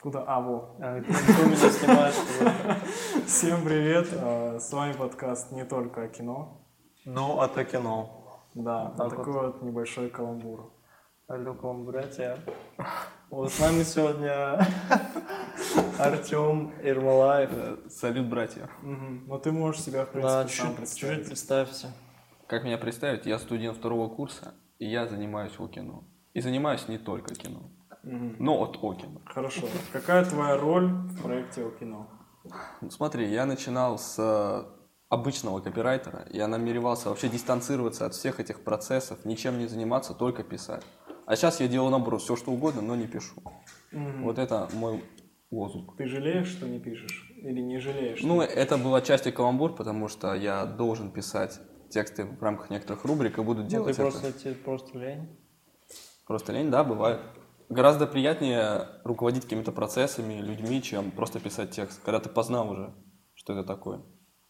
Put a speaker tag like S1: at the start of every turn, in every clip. S1: Куда? А, во. А, ты меня снимаешь, вот.
S2: Всем привет.
S1: А, С вами подкаст «Не только о кино».
S2: Ну, а то кино.
S1: Да,
S2: Так
S1: такой вот небольшой каламбур.
S2: Алло, вам, братья. Вот с нами сегодня Артем Ермолаев.
S3: Салют, братья.
S1: Мгм. Но ты можешь себя, в
S2: Да,
S1: принципе, сам
S2: чуть-чуть чуть
S1: представить.
S2: представься.
S3: Как меня представить? Я студент второго курса, и я занимаюсь о кино. И занимаюсь не только кино,
S1: Мгм.
S3: но от о кино.
S1: Хорошо. Какая твоя роль в проекте о кино?
S3: Ну, Смотри, я начинал с э, обычного копирайтера. Я намеревался вообще дистанцироваться от всех этих процессов, ничем не заниматься, только писать. А сейчас я делаю наоборот, все что угодно, но не пишу.
S1: Мгм.
S3: Вот это мой лозунг.
S1: Ты жалеешь, что не пишешь? Или не жалеешь?
S3: Ну, это была часть каламбур, потому что я должен писать тексты в рамках некоторых рубрик и буду
S2: Ну,
S3: делать
S2: ты
S3: это.
S2: просто, тебе просто лень.
S3: Просто лень, да, бывает. Гораздо приятнее руководить какими-то процессами, людьми, чем просто писать текст, когда ты познал уже, что это такое.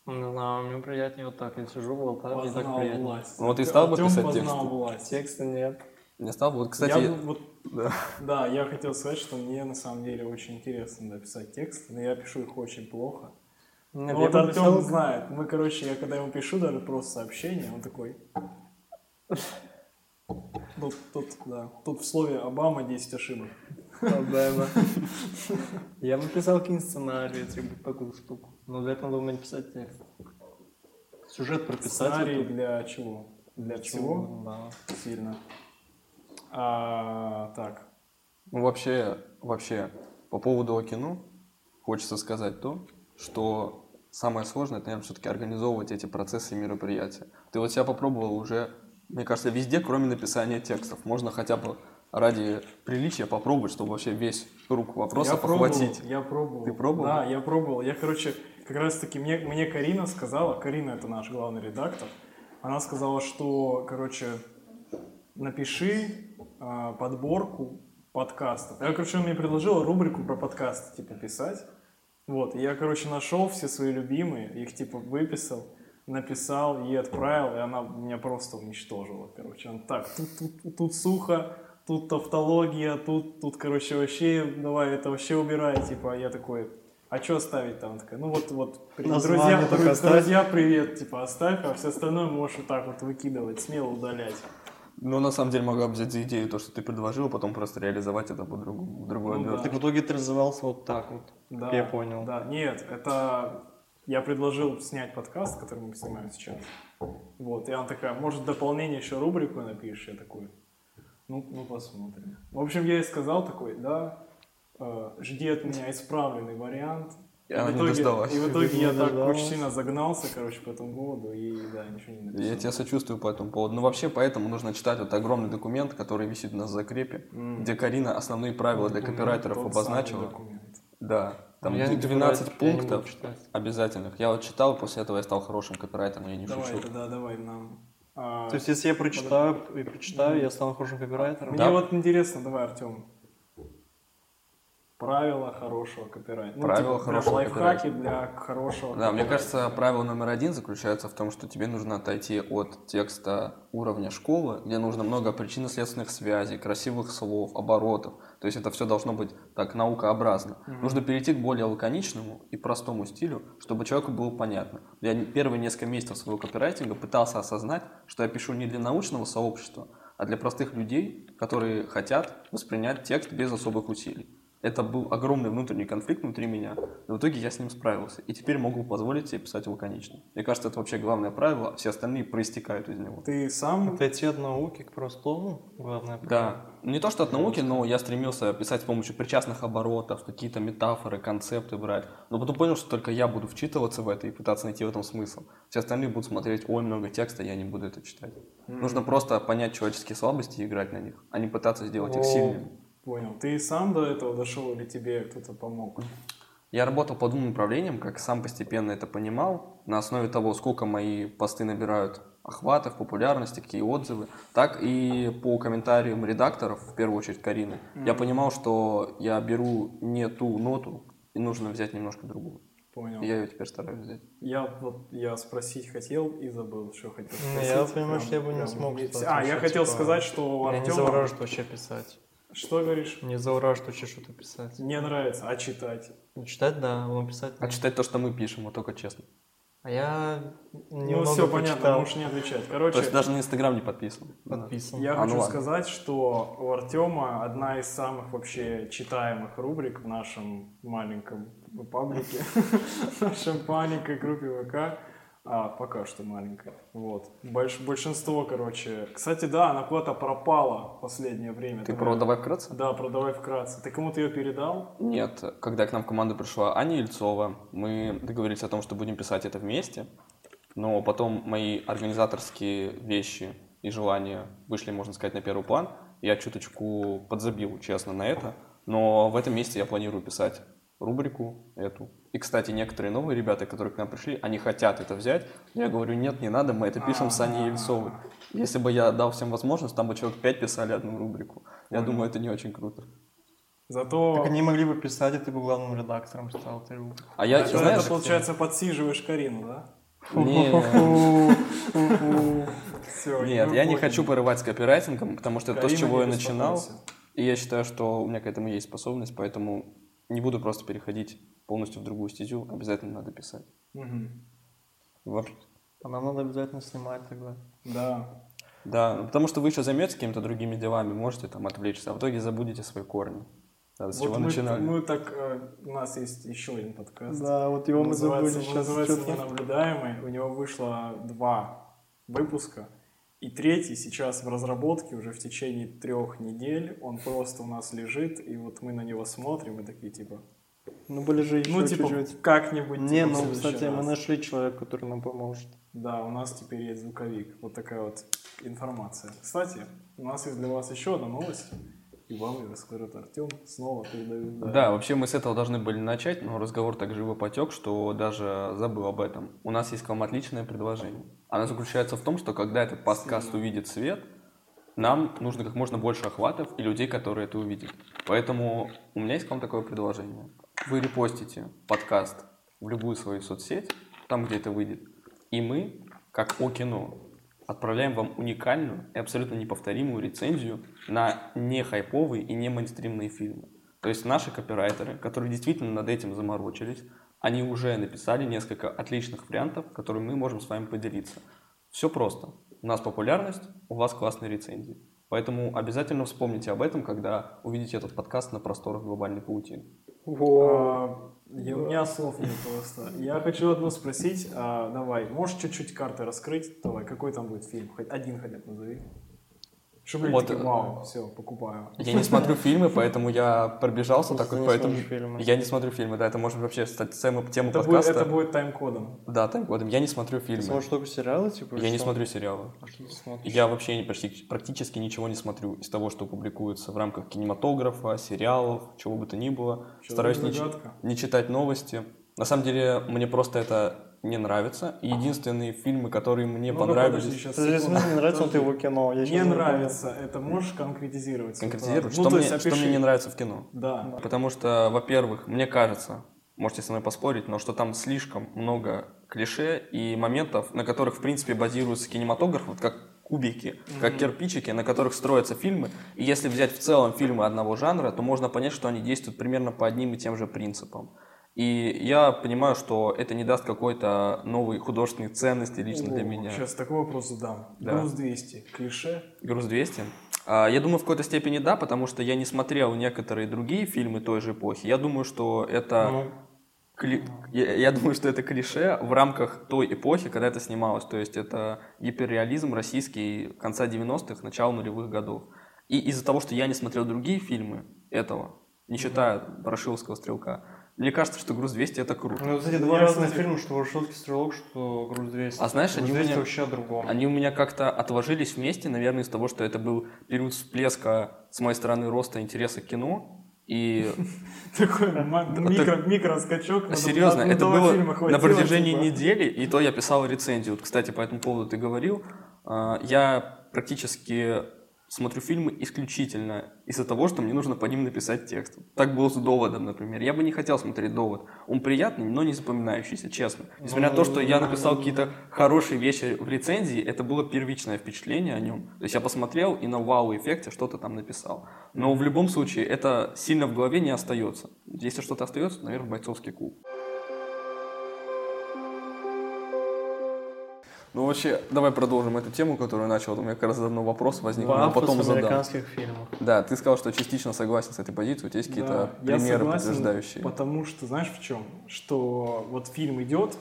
S2: Ну, да, мне приятнее вот так. Я сижу, болтаю, мне так
S1: познал
S2: приятно.
S1: власть.
S3: Ну, вот ты стал бы
S1: Артём
S3: писать
S1: познал
S3: тексты?
S1: власть.
S2: Текста нет.
S3: Мне стало бы, вот, кстати,
S1: я бы вот,
S3: да.
S1: да, я хотел сказать, что мне на самом деле очень интересно написать текст, но я пишу их очень плохо.
S2: Нет,
S1: Ну,
S2: я
S1: вот
S2: бы
S1: Артем
S2: писал-
S1: знает. Мы, короче, я когда ему пишу даже просто сообщение, он такой... Тут, тут, да. Тут в слове Обама 10 ошибок.
S2: Обама. Я бы писал какие-нибудь сценарии, если бы такую штуку. Но для этого надо уметь писать текст. Сюжет прописать.
S1: Сценарий
S2: вот
S1: для чего? Для
S2: это.
S1: всего?
S2: Да.
S1: Сильно. А, так.
S3: Ну, вообще, вообще, по поводу кино, хочется сказать то, что самое сложное, это, наверное, все-таки организовывать эти процессы и мероприятия. Ты вот себя попробовал уже, мне кажется, везде, кроме написания текстов. Можно хотя бы ради приличия попробовать, чтобы вообще весь круг вопросов
S1: я пробовал,
S3: охватить.
S1: Я пробовал.
S3: Ты пробовал?
S1: Да, я пробовал. Я, короче, как раз таки мне, мне Карина сказала, Карина это наш главный редактор, она сказала, что, короче, напиши э, подборку подкастов. Я, короче, она мне предложила рубрику про подкасты, типа, писать. Вот, и я, короче, нашел все свои любимые, их, типа, выписал, написал, ей отправил, и она меня просто уничтожила, короче. Он так, тут, тут, тут сухо, тут тавтология, тут, тут, короче, вообще, давай, это вообще убирай, типа, я такой, а что оставить там? Она такая, ну вот, вот, при-
S2: Название
S1: друзья,
S2: только
S1: друз-
S2: оставь».
S1: друзья, привет, типа, оставь, а все остальное можешь вот так вот выкидывать, смело удалять.
S3: Но Ну, на самом деле могла бы взять за идею то, что ты предложил, а потом просто реализовать это по другому, в другой
S1: Ну да.
S3: обертке.
S2: Так в итоге ты развивался вот так вот.
S1: Да,
S2: Я
S3: Ну.
S2: понял.
S1: Да, нет, это я предложил снять подкаст, который мы снимаем сейчас. Вот, и она такая, может, в дополнение еще рубрику напишешь? Я такой, ну, ну посмотрим. В общем, я ей сказал такой, да, э, жди от меня исправленный вариант.
S3: И она
S1: в
S3: не
S1: итоге,
S3: дождалась.
S1: и в итоге я
S2: Не
S1: так
S2: дождалась.
S1: очень сильно загнался, короче, по этому поводу, и да, ничего не написал.
S3: Я тебя сочувствую по этому поводу. Но вообще поэтому нужно читать вот огромный документ, который висит у нас в закрепе,
S1: М.
S3: где Карина основные правила для
S2: Документ,
S3: копирайтеров
S1: Тот
S3: обозначила.
S1: самый документ.
S3: Да, там
S2: Я не
S3: 12
S2: копирайтер, я не буду
S3: пунктов
S2: читать.
S3: обязательных. Я вот читал, и после этого я стал хорошим копирайтером, я не
S1: Давай,
S3: шучу.
S1: тогда давай нам. А,
S2: То есть, если я прочитаю и прочитаю, я стану хорошим копирайтером.
S1: Мне
S3: Да.
S1: вот интересно, давай, Артем. Правила хорошего копирайта.
S3: Правила
S1: прям
S3: хорошего
S1: лайфхаки для хорошего
S3: Да, мне
S1: копирайта.
S3: кажется, правило номер один заключается в том, что тебе нужно отойти от текста уровня школы, где нужно много причинно-следственных связей, красивых слов, оборотов. То есть это все должно быть так наукообразно. Нужно перейти к более лаконичному и простому стилю, чтобы человеку было понятно. Я не- первые несколько месяцев своего копирайтинга пытался осознать, что я пишу не для научного сообщества, а для простых людей, которые хотят воспринять текст без особых усилий. Это был огромный внутренний конфликт внутри меня, но в итоге я с ним справился. И теперь могу позволить себе писать лаконично. Мне кажется, это вообще главное правило, а все остальные проистекают из него.
S1: Ты сам...
S2: Отойти от науки к простому, главное.
S3: Да, не то что от науки, но я стремился писать с помощью причастных оборотов, какие-то метафоры, концепты брать. Но потом понял, что только я буду вчитываться в это и пытаться найти в этом смысл. Все остальные будут смотреть, ой, много текста, я не буду это читать. Нужно просто понять человеческие слабости и играть на них, а не пытаться сделать их
S2: О.
S3: сильными.
S1: Понял. Ты сам до этого дошел или тебе кто-то помог?
S3: Я работал по двум направлениям, как сам постепенно это понимал, на основе того, сколько мои посты набирают охватов, популярности, какие отзывы, так и по комментариям редакторов, в первую очередь Карины, я понимал, что я беру не ту ноту, и нужно взять немножко другую.
S1: Понял.
S3: Я ее теперь стараюсь взять.
S1: Я вот я спросить хотел и забыл, что хотел
S2: Ну,
S1: спросить.
S2: я, понимаешь,
S1: Прям-
S2: я бы не
S1: прям
S2: смог
S1: вниз.
S2: сказать,
S1: А,
S2: потому
S1: я
S2: что,
S1: хотел
S2: типа,
S1: сказать, что у
S2: Меня не
S1: Артема...
S2: завораживает вообще писать.
S1: Что говоришь?
S2: Мне завораживает вообще что-то писать.
S1: Мне нравится, а читать?
S2: Ну, Читать, да, но писать
S3: А
S2: нет.
S3: читать то, что мы пишем, вот только честно.
S2: А я
S1: ну,
S2: немного
S1: все понятно,
S2: почитал,
S1: можешь не отвечать.
S3: То есть
S1: Короче,
S3: даже на Инстаграм не подписан.
S2: подписан.
S1: я
S3: А, ну
S1: хочу
S3: ладно.
S1: сказать, что у Артема одна из самых вообще читаемых рубрик в нашем маленьком паблике, в нашем маленькой группе ВК. А, пока что маленькая. Вот. Больш- большинство, короче. Кстати, да, она куда-то пропала в последнее время.
S3: Ты
S1: Там
S3: про
S1: я-
S3: «Давай вкратце»?
S1: Да, продавай вкратце. Ты кому-то ее передал?
S3: Нет, когда к нам в команду пришла Аня Ельцова, мы договорились о том, что будем писать это вместе, но потом мои организаторские вещи и желания вышли, можно сказать, на первый план. Я чуточку подзабил, честно, на это, но в этом месте я планирую писать рубрику эту. И, кстати, некоторые новые ребята, которые к нам пришли, они хотят это взять. Я говорю, нет, не надо, мы это пишем с Аней Ельцовой. Если бы я дал всем возможность, там бы человек 5 писали одну рубрику. Я
S1: Понял.
S3: думаю, это не очень круто.
S1: Зато...
S2: Так они могли бы писать, и ты бы главным редактором стал. Ты... бы-
S3: А я,
S1: Это-
S3: знаешь,
S1: это, получается, подсиживаешь Карину, да?
S3: не,
S1: Все,
S3: Нет, я не хочу порывать с копирайтингом, потому что это то, с чего я начинал. И я считаю, что у меня к этому есть способность, поэтому не буду просто переходить полностью в другую стезю. Обязательно надо писать. Во-
S2: А нам надо обязательно снимать тогда.
S1: Да.
S3: Да, ну, потому что вы еще займетесь какими-то другими делами, можете там отвлечься, а в итоге забудете свои корни. Да, с
S1: Вот
S3: чего
S1: мы-
S3: начинали.
S1: Мы так... э, У нас есть еще один подкаст.
S2: вот
S1: Он называется- он Называется «Ненаблюдаемый». У него вышло два выпуска. И третий сейчас в разработке уже в течение трех недель. Он просто у нас лежит, и вот мы на него смотрим и такие типа...
S2: Ну, были же еще
S1: Ну, типа,
S2: чуть-чуть.
S1: как-нибудь...
S2: Не,
S1: типа, в
S2: ну,
S1: следующий
S2: кстати, мы
S1: раз.
S2: нашли человека, который нам поможет.
S1: Да, у нас теперь есть звуковик. Вот такая вот информация. Кстати, у нас есть для вас еще одна новость. И вам ее расскажет Артем. Снова передаю.
S3: Да, вообще мы с этого должны были начать, но разговор так живо потек, что даже забыл об этом. У нас есть к вам отличное предложение. Оно заключается в том, что когда этот подкаст
S1: Сильно.
S3: увидит свет, нам нужно как можно больше охватов и людей, которые это увидят. Поэтому у меня есть к вам такое предложение. Вы репостите подкаст в любую свою соцсеть, там, где это выйдет, и мы, как о кино, отправляем вам уникальную и абсолютно неповторимую рецензию на не хайповые и не мейнстримные фильмы. То есть наши копирайтеры, которые действительно над этим заморочились, они уже написали несколько отличных вариантов, которые мы можем с вами поделиться. Все просто. У нас популярность, у вас классные рецензии. Поэтому обязательно вспомните об этом, когда увидите этот подкаст на просторах глобальной паутины.
S1: А, я- У меня слов нет просто. Я хочу одно спросить. А, давай, можешь чуть-чуть карты раскрыть? Давай, какой там будет фильм? Хоть один хотя бы назови. Чтобы люди
S3: Вот,
S1: такие,
S3: э,
S1: вау, все, покупаю.
S3: Я не смотрю фильмы, поэтому я пробежался
S2: Просто
S3: такой,
S2: не
S3: поэтому...
S2: смотришь фильмы.
S3: Я не смотрю фильмы, да, это может вообще стать тему, тему
S1: Это будет,
S3: подкаста.
S1: это будет тайм-кодом.
S3: Да, так вот, я не смотрю
S2: Ты
S3: фильмы.
S2: смотришь только сериалы, типа?
S3: Я
S2: или
S3: не
S2: что?
S3: смотрю сериалы.
S2: А что ты смотришь?
S3: Я вообще не- почти, практически ничего не смотрю из того, что публикуется в рамках кинематографа, сериалов, чего бы то ни было.
S1: Чё,
S3: Стараюсь не, чи-
S1: загадка?
S3: не читать новости. На самом деле, мне просто это не нравится. И единственные фильмы, которые мне
S1: Ну-ка, Ну, подожди,
S3: понравились...
S1: щас,
S2: Подожди,
S1: секунду.
S2: смотри, не нравится вот
S1: Подожди.
S2: его кино. Я
S1: Мне
S2: щас не
S1: нравится. Это можешь конкретизировать? свою
S3: Конкретизирую,
S1: правду?
S3: что,
S1: Ну, то
S3: мне,
S1: есть
S3: что
S1: опиши.
S3: мне не нравится в кино.
S1: Да.
S3: Потому что, во-первых, мне кажется, можете со мной поспорить, но что там слишком много клише и моментов, на которых, в принципе, базируется кинематограф, вот как кубики, как кирпичики, на которых строятся фильмы. И если взять в целом фильмы одного жанра, то можно понять, что они действуют примерно по одним и тем же принципам. И я понимаю, что это не даст какой-то новой художественной ценности лично для меня.
S1: Сейчас такой вопрос задам.
S3: Да.
S1: Груз 200. Клише?
S3: Груз 200? А, Я думаю, в какой-то степени да, потому что я не смотрел некоторые другие фильмы той же эпохи. Я думаю, что это...
S2: Ну,
S3: Кли- Я, я думаю, что это клише в рамках той эпохи, когда это снималось. То есть это гиперреализм российский конца 90-х, начала нулевых годов. И из-за того, что я не смотрел другие фильмы этого, не считая Ворошиловского стрелка, мне кажется, что «Груз 200» это круто.
S2: Ну, кстати,
S1: Ну,
S2: два
S1: я
S2: разных
S1: смотрю.
S2: фильма, что «Ворошиловский стрелок», что «Груз 200».
S3: А знаешь, они
S2: «Груз
S3: у
S2: 200»
S3: меня-
S2: вообще о другом.
S3: Они у меня как-то отложились вместе, наверное, из того, что это был период всплеска с моей стороны роста интереса к кино. И
S1: Такой ма-
S3: Да,
S1: микро, микроскачок. на-
S3: Серьезно,
S1: на- на
S3: это
S1: два
S3: было
S1: фильма
S3: на
S1: хватило,
S3: протяжении
S1: типа.
S3: недели, и то я писал рецензию. Вот, кстати, по этому поводу ты говорил. А, Я практически смотрю фильмы исключительно из-за того, что мне нужно по ним написать текст. Так было с «Доводом», например. Я бы не хотел смотреть «Довод». Он приятный, но не запоминающийся, честно. Несмотря на то, что я написал какие-то хорошие вещи в рецензии, это было первичное впечатление о нем. То есть я посмотрел и на вау-эффекте что-то там написал. Но в любом случае это сильно в голове не остается. Если что-то остается, то, наверное, бойцовский клуб. Ну вообще, давай продолжим эту тему, которую начал. У меня как раз давно вопрос возник, но
S2: Пафос
S3: потом задам.
S2: американских фильмов.
S3: Да, ты сказал, что частично согласен с этой позицией. У тебя есть
S1: Да,
S3: какие-то
S1: я
S3: примеры
S1: согласен,
S3: подтверждающие?
S1: Потому что, знаешь, в чем? Что вот фильм идет,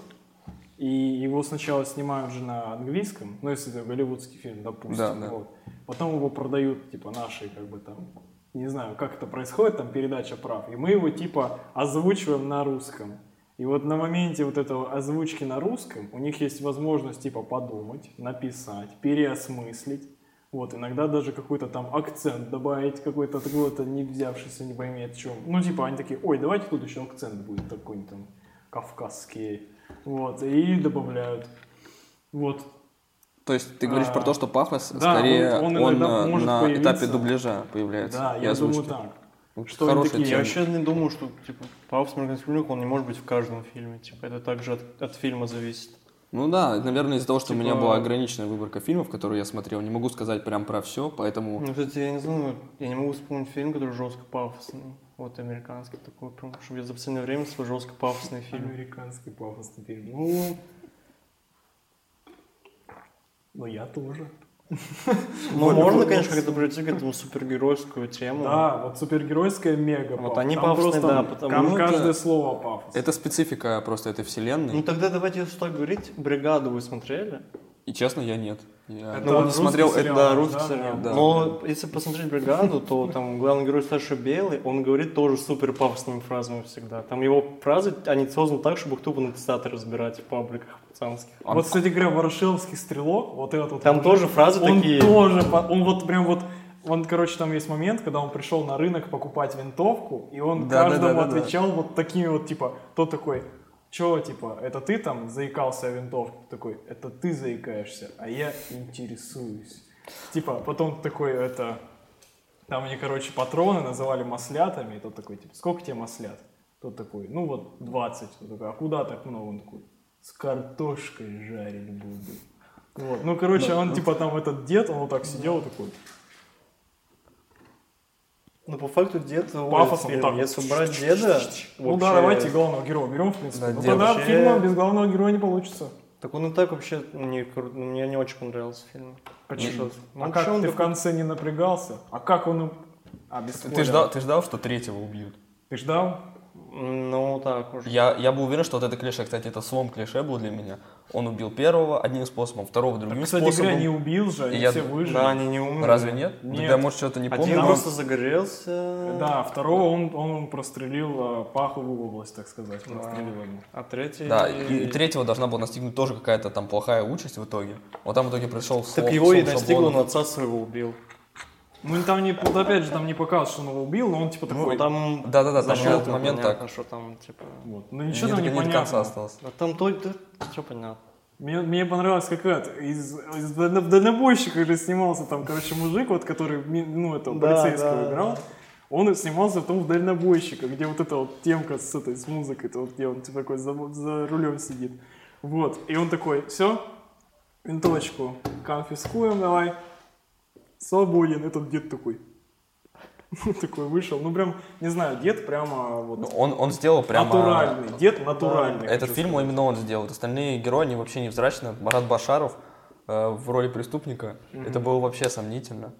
S1: и его сначала снимают же на английском, ну, если это голливудский фильм, допустим.
S3: Да, да.
S1: вот. Потом его продают, типа, наши, как бы там, не знаю, как это происходит, там, передача прав. И мы его, типа, озвучиваем на русском. И вот на моменте вот этого озвучки на русском у них есть возможность, типа, подумать, написать, переосмыслить. Вот, иногда даже какой-то там акцент добавить, какой-то от кого-то не взявшийся, не пойми о чем. Ну, типа, они такие, ой, давайте тут еще акцент будет такой-нибудь там кавказский. Вот, и добавляют. Вот,
S3: То есть ты говоришь
S1: А,
S3: про то, что пафос
S1: да,
S3: скорее
S1: он-
S3: он,
S1: он иногда
S3: э,
S1: может
S3: на
S1: появиться.
S3: этапе дубляжа появляется.
S1: да,
S3: и
S1: я думаю
S3: озвучки.
S1: так.
S3: Вот
S1: что они
S3: Хорошая
S1: такие,
S2: Я
S3: тема.
S2: вообще не думаю, что типа пафос американских фильмов, он не может быть в каждом фильме. Типа это также от, от фильма зависит.
S3: Ну да, наверное, из-за того, что у меня
S2: Типа-
S3: была ограниченная выборка фильмов, которые я смотрел, не могу сказать прям про все, поэтому
S2: Ну, кстати, я не знаю, я не могу вспомнить фильм, который жестко пафосный. Вот американский такой, прям, чтобы я за последнее время свой жестко пафосный фильм.
S1: Американский пафосный фильм. Ну, ну я тоже.
S2: Ну,
S1: Более
S2: можно,
S1: пафосный.
S2: конечно, как-то прийти к этому супергеройскую тему.
S1: Да, вот супергеройская мега.
S2: Вот
S1: паф.
S2: они
S1: Там
S2: пафосные,
S1: просто
S2: да, потому
S1: там
S3: что-
S1: каждое слово пафос.
S3: это специфика просто этой вселенной.
S2: Ну тогда давайте, если так говорить, бригаду вы смотрели?
S3: И честно, я нет. Я
S1: Это
S3: ну, вот
S1: русский
S3: смотрел, это
S1: сериал,
S3: да,
S1: да?
S3: русский
S1: Да.
S3: сериал, да.
S2: Но если посмотреть бригаду, то там главный герой Саша Белый, он говорит тоже супер пафосными фразами всегда. Там его фразы, они созданы так, чтобы их тупо на цитаты разбирать в пабликах пацанских.
S3: Он-
S1: Вот, кстати говоря, Ворошиловский стрелок, вот этот вот
S2: Там
S1: мужик,
S2: тоже фразы
S1: он
S2: такие.
S1: тоже, по- он вот прям вот, он, короче, там есть момент, когда он пришел на рынок покупать винтовку, и он
S3: Да, да,
S1: каждому
S3: да, да, да.
S1: отвечал вот такими вот, типа, тот такой, чё, типа, это ты там заикался о винтовке? Такой, это ты заикаешься, а я интересуюсь. Типа, потом такой, это, там они, короче, патроны называли маслятами, и тот такой, типа, сколько тебе маслят? Тот такой, ну вот 20. Он такой, а куда так много? Он такой, с картошкой жарить буду. Вот. Ну, короче, он, типа, там этот дед, он вот так сидел, вот такой,
S2: Ну, по факту дед
S1: Пафос,
S2: уволит
S1: он
S2: фильм.
S1: так.
S2: Если убрать деда,
S1: ну да,
S2: вообще-
S1: давайте главного героя берем, в принципе.
S3: Да,
S1: ну,
S3: дед.
S1: тогда
S2: Вообще-
S1: фильма без главного героя не получится.
S2: Так он и так вообще мне, кру- ну, мне не очень понравился фильм.
S1: Почему?
S2: Ну,
S1: а
S2: вообще
S1: как
S2: он
S1: ты в
S2: такой-
S1: конце не напрягался? А как он... им- А, без
S3: Ты,
S1: спойлеров.
S3: ждал, ты ждал, что третьего убьют?
S1: Ты ждал?
S2: Ну, так уже.
S3: Я, я был уверен, что вот это клише, кстати, это слом клише был для меня. Он убил первого одним способом, второго другим
S1: А, Кстати
S3: способом.
S1: говоря, не убил же, они
S3: Ну, Я-
S1: все выжили.
S2: Да, они не умерли.
S3: Разве нет?
S1: Нет.
S3: Тогда, может, что-то не
S2: Один
S3: помню.
S2: просто загорелся.
S1: Да, второго он, он прострелил э, паховую область, так сказать. Прострелил ему.
S2: А третий...
S3: Да, и, и третьего должна была настигнуть тоже какая-то там плохая участь в итоге. Вот там в итоге пришел слом.
S2: Так его и
S3: слом
S2: настигло,
S3: шаблонов.
S2: он отца своего убил.
S1: Ну там не, вот опять же, там не показывают, что он его убил, но он типа такой.
S2: Ну, там...
S3: Да-да-да, там
S2: сначала
S3: этот момент
S2: понятно,
S3: так.
S2: что там, типа...
S1: Вот. Ну
S3: Мне
S1: ничего
S3: так
S1: там
S3: и
S1: не
S3: не до конца
S1: понятно.
S3: осталось.
S2: А там то... Все понятно.
S1: Мне, мне понравилось, как это, из, из дально- в дальнобойщиках же снимался там, короче, мужик, вот который, ми- ну, этого
S2: Да,
S1: полицейского
S2: да,
S1: играл.
S2: да.
S1: Он и снимался потом в дальнобойщиках, где вот эта вот темка с этой, с музыкой, то вот где он типа, такой за, за рулем сидит. Вот. И он такой, все, винтовочку конфискуем давай. Свободен. Этот дед такой. Такой вышел. Ну, прям, не знаю, дед прямо
S3: Ну,
S1: вот
S3: Он, он сделал прямо...
S1: натуральный. Дед натуральный.
S3: Этот
S1: хочу
S3: фильм именно он сделал. Вот Остальные герои, они вообще невзрачны. Марат Башаров э, в роли преступника, это было вообще сомнительно.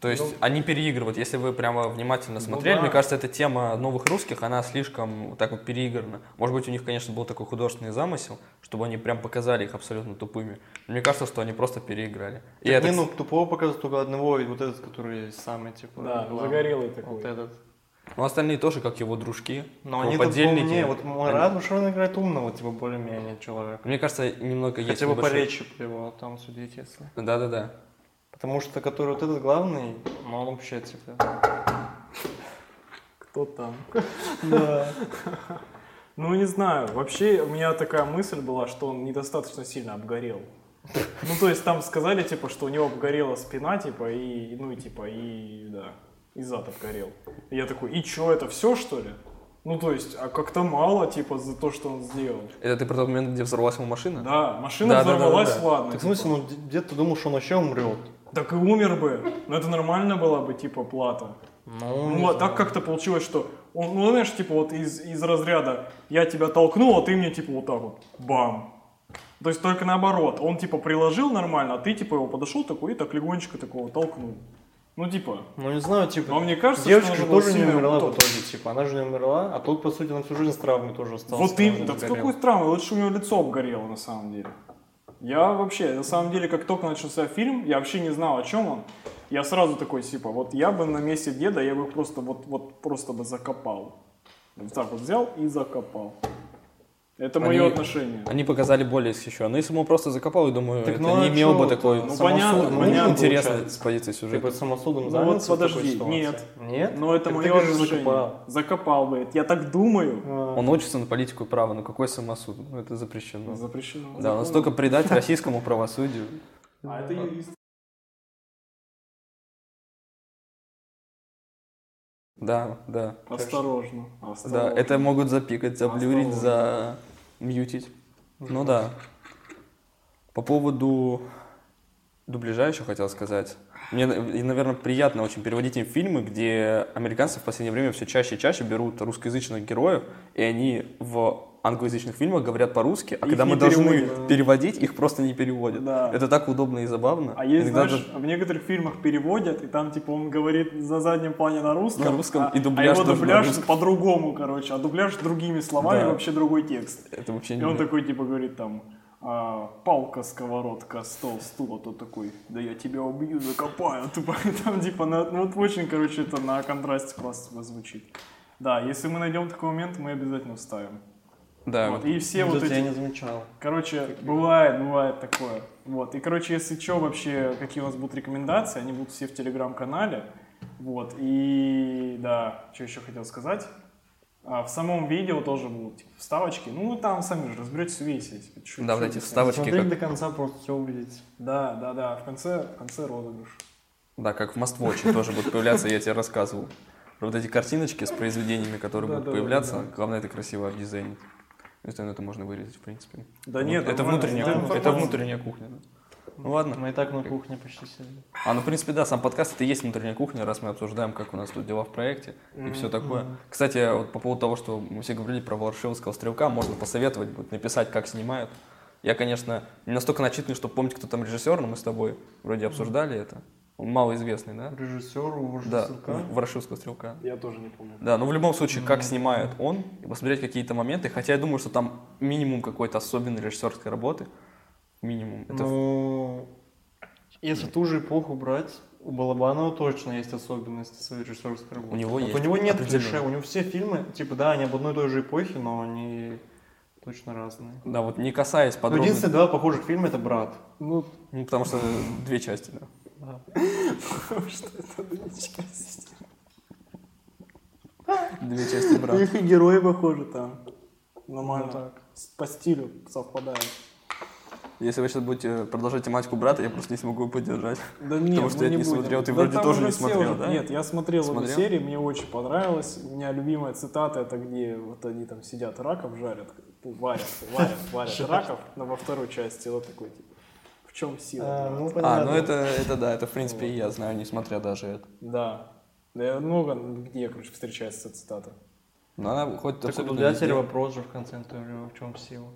S3: То
S2: Ну.
S3: есть они переигрывают. Если вы прямо внимательно смотрели,
S1: да.
S3: мне кажется, эта тема новых русских, она слишком вот так вот переиграна. Может быть, у них, конечно, был такой художественный замысел, чтобы они прям показали их абсолютно тупыми. Но мне кажется, что они просто переиграли. И
S2: Так
S3: это,
S2: не, ну, тупого показывают только одного, и вот этот, который самый, типа...
S1: Да,
S2: главный.
S1: загорелый такой.
S2: Вот этот.
S3: ну, остальные тоже, как его дружки,
S2: Но
S3: его
S2: они
S3: подельники.
S2: подельники. Вот Марат Мушарин играет умного, типа, более-менее человека.
S3: Мне кажется, немного есть
S2: Хотя бы по
S3: небольшой-
S2: речи бы его там судить, если.
S3: Да-да-да.
S2: Потому что, который вот этот главный, ну, он вообще, типа...
S1: Кто там?
S2: Да.
S1: Ну, не знаю. Вообще, у меня такая мысль была, что он недостаточно сильно обгорел. Ну, то есть там сказали, типа, что у него обгорела спина, типа, и, ну, и, типа, и, да, и зад обгорел. И я такой, и чё, это все что ли? Ну, то есть, а как-то мало, типа, за то, что он сделал.
S3: Это ты про тот момент, где взорвалась ему машина?
S1: Да, машина
S3: Да, да, да,
S1: взорвалась,
S3: да, да.
S1: ладно.
S2: Так в
S1: типа.
S2: смысле, ну д- дед, ты думал, что он вообще умрет?
S1: Так и умер бы. Но это нормально была бы, типа, плата.
S2: Ну,
S1: Ну, а так как-то получилось, что он, ну, знаешь, типа, вот из, из разряда «я тебя толкнул, а ты мне, типа, вот так вот, бам». То есть только наоборот, он, типа, приложил нормально, а ты, типа, его подошел такой и так легонечко такого толкнул. Ну, типа,
S2: ну не знаю, типа,
S1: но мне кажется,
S2: девочка
S1: что
S2: же
S1: надо было
S2: тоже не
S1: сильно
S2: умерла в
S1: вот-
S2: итоге, типа, она же не умерла, а тот, по сути, на всю жизнь с травмой тоже остался.
S1: Вот именно,
S2: она
S1: да
S2: же
S1: с
S2: горела.
S1: какой травмой, лучше у него лицо обгорело, на самом деле. Я вообще, на самом деле, как только начался фильм, я вообще не знал, о чем он. Я сразу такой, типа, вот я бы на месте деда, я бы их просто вот, вот просто бы закопал. Вот так вот взял и закопал. Это мое
S3: Они-
S1: отношение.
S3: Они показали более восхищенно. Если бы он просто закопал, я думаю,
S2: Так
S3: это
S2: ну а
S3: не имел
S2: чё
S3: бы
S2: это?
S3: такой...
S1: Ну,
S3: Ну,
S1: понятно,
S2: Самосуд, ну,
S1: понятно.
S3: интересно
S2: получается. Типа
S3: с позиции
S2: Ты
S3: сюжета.
S2: под самосудом
S1: Ну
S2: занялся
S1: вот
S2: в такой
S1: подожди,
S2: ситуации?
S1: нет.
S2: Нет?
S1: Но это
S2: Так
S1: мое
S2: ты же
S1: отношение.
S2: закопал.
S1: Закопал, говорит. Я так думаю.
S2: А,
S3: Он учится на политику и право, но какой самосуд? Ну, это запрещено.
S1: Запрещено.
S3: Да,
S1: Законом.
S3: настолько предать российскому правосудию.
S1: А это юрист.
S3: Да, да.
S1: Осторожно.
S3: Да,
S1: осторожно.
S3: это могут запикать, заблюрить, за мьютить. Ну да. По поводу дубляжа еще хотел сказать. Мне, наверное, приятно очень переводить им фильмы, где американцы в последнее время все чаще и чаще берут русскоязычных героев, и они в англоязычных фильмах говорят по-русски, а
S1: Их
S3: когда
S1: не
S3: мы должны
S1: переводят.
S3: переводить, их просто не переводят.
S1: Да.
S3: Это так удобно и забавно.
S1: А есть,
S3: Иногда
S1: знаешь,
S3: даже-
S1: в некоторых фильмах переводят, и там, типа, он говорит на заднем плане на русском,
S3: На русском,
S1: а,
S3: и дубляж
S1: а его
S3: тоже на
S1: дубляж
S3: русском.
S1: по-другому, короче, а дубляж другими словами,
S3: Да.
S1: вообще другой текст.
S3: это вообще
S1: И
S3: не...
S1: он такой, типа, говорит там, а, палка, сковородка, стол, стул, а тот такой, да я тебя убью, закопаю, тупо, там, типа, на- ну, вот очень, короче, это на контрасте просто типа, звучит. Да, если мы найдем такой момент, мы обязательно вставим.
S3: Да.
S1: Вот, И все
S2: ну,
S1: вот
S2: это
S1: эти...
S2: я не замечал.
S1: Короче, бывает, бывает такое. Вот. И, короче, если что, вообще, какие у нас будут рекомендации, они будут все в телеграм-канале. Вот. И да, что еще хотел сказать. А, в самом видео тоже будут типа, вставочки. Ну, вы там сами же разберетесь, увидите. Типа, чё- чё
S3: Да, вот эти
S1: здесь.
S3: вставочки,
S2: Смотреть
S3: как-
S2: до конца, просто все увидеть.
S1: Да, да, да. В конце, в конце розыгрыш.
S3: Да, как в Москвоче тоже будут появляться, я тебе рассказывал. Про вот эти картиночки с произведениями, которые
S1: Да,
S3: будут
S1: да,
S3: появляться.
S1: да,
S3: Главное, это красиво обдизайнить. Если ну, это можно вырезать, в принципе.
S1: Да
S3: Вот
S1: нет,
S3: это
S1: нормально,
S3: внутренняя
S1: это
S3: кухня. Это
S1: информация.
S3: внутренняя кухня. да. Ну ладно.
S2: Мы и так на кухне почти сидим.
S3: А ну, в принципе, да, сам подкаст это и есть внутренняя кухня, раз мы обсуждаем, как у нас тут дела в проекте и все такое. Кстати, вот по поводу того, что мы все говорили про Ворошиловского стрелка, можно посоветовать будет написать, как снимают. Я, конечно, не настолько начитанный, чтобы помнить, кто там режиссер, но мы с тобой вроде обсуждали это. Он малоизвестный, да?
S2: Режиссеру, уже
S3: Да, В- Ворошиловского стрелка.
S1: Я тоже не помню.
S3: Да, но в любом случае, как снимает он, и посмотреть какие-то моменты, хотя я думаю, что там минимум какой-то особенной режиссерской работы. Минимум. Это в-
S2: Ну, если ту же эпоху брать, у Балабанова точно есть особенности своей режиссерской работы.
S3: У него
S2: Вот
S3: есть
S2: У него нет
S3: определенно.
S2: клише, у него все фильмы, типа, да, они об одной и той же эпохе, но они точно разные.
S3: Да, вот не касаясь
S2: Ну,
S3: подробно.
S2: единственные два похожих фильма это «Брат».
S3: Ну, ну, потому что две части, да. Две части брата.
S1: Их и герои похожи там. Нормально.
S2: Ну, так.
S1: По стилю совпадает.
S3: Если вы сейчас будете э, продолжать тематику брата, я просто не смогу его поддержать.
S1: Да нет,
S3: Потому что
S1: мы
S3: я это не
S1: будем.
S3: смотрел, ты
S1: Да
S3: вроде
S1: там
S3: тоже
S1: уже
S3: не
S1: все
S3: смотрел,
S1: уже-
S3: да?
S1: Нет, я смотрел,
S3: Смотрел?
S1: эту серию, мне очень понравилось. У меня любимая цитата, это где вот они там сидят, раков жарят, ну, варят, варят, варят раков, но во второй части вот такой, типа, в чем
S2: А,
S1: сила?
S2: ну,
S3: А,
S2: понятно.
S3: ну это, это да, это в принципе и я знаю, несмотря даже это.
S1: Да. Да я много где, короче, встречается эта цитата.
S3: Но она хоть
S2: Так у
S3: абсолютно
S2: Дудя
S3: везде.
S2: теперь вопрос же в конце интервью, в чем сила.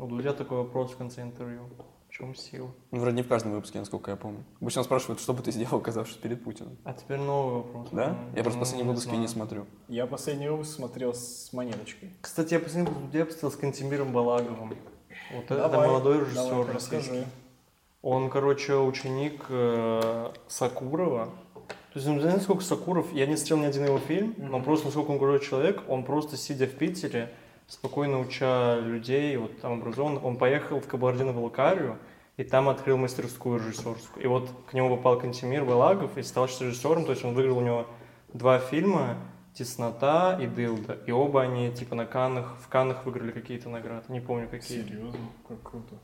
S2: У Дудя такой вопрос в конце интервью. В чем сила?
S3: Ну, вроде не в каждом выпуске, насколько я помню. Обычно спрашивают, что бы ты сделал, оказавшись перед Путиным.
S2: А теперь новый вопрос.
S3: Да?
S2: Ну,
S3: Я просто
S2: ну,
S3: последние выпуски
S2: знаю.
S3: не смотрю.
S1: Я последний выпуск смотрел с монеточкой.
S2: Кстати, я последний выпуск «Дудя» посмотрел с Кантемиром Балаговым. Вот это
S1: Давай,
S2: молодой
S1: давай,
S2: режиссер российский.
S1: расскажи.
S2: Он, короче, ученик э, Сакурова. То есть, ну, знаете, сколько Сакуров, я не смотрел ни один его фильм, но
S1: Мгм.
S2: просто насколько он крутой человек, он просто сидя в Питере, спокойно уча людей, вот там образованных, он поехал в Кабардино-Балкарию, и там открыл мастерскую режиссерскую. И вот к нему попал Кантемир Балагов и стал режиссером, то есть он выиграл у него два фильма «Теснота» и «Дылда». И оба они, типа, на Каннах, в Каннах выиграли какие-то награды, не помню какие.
S1: Серьезно, как круто.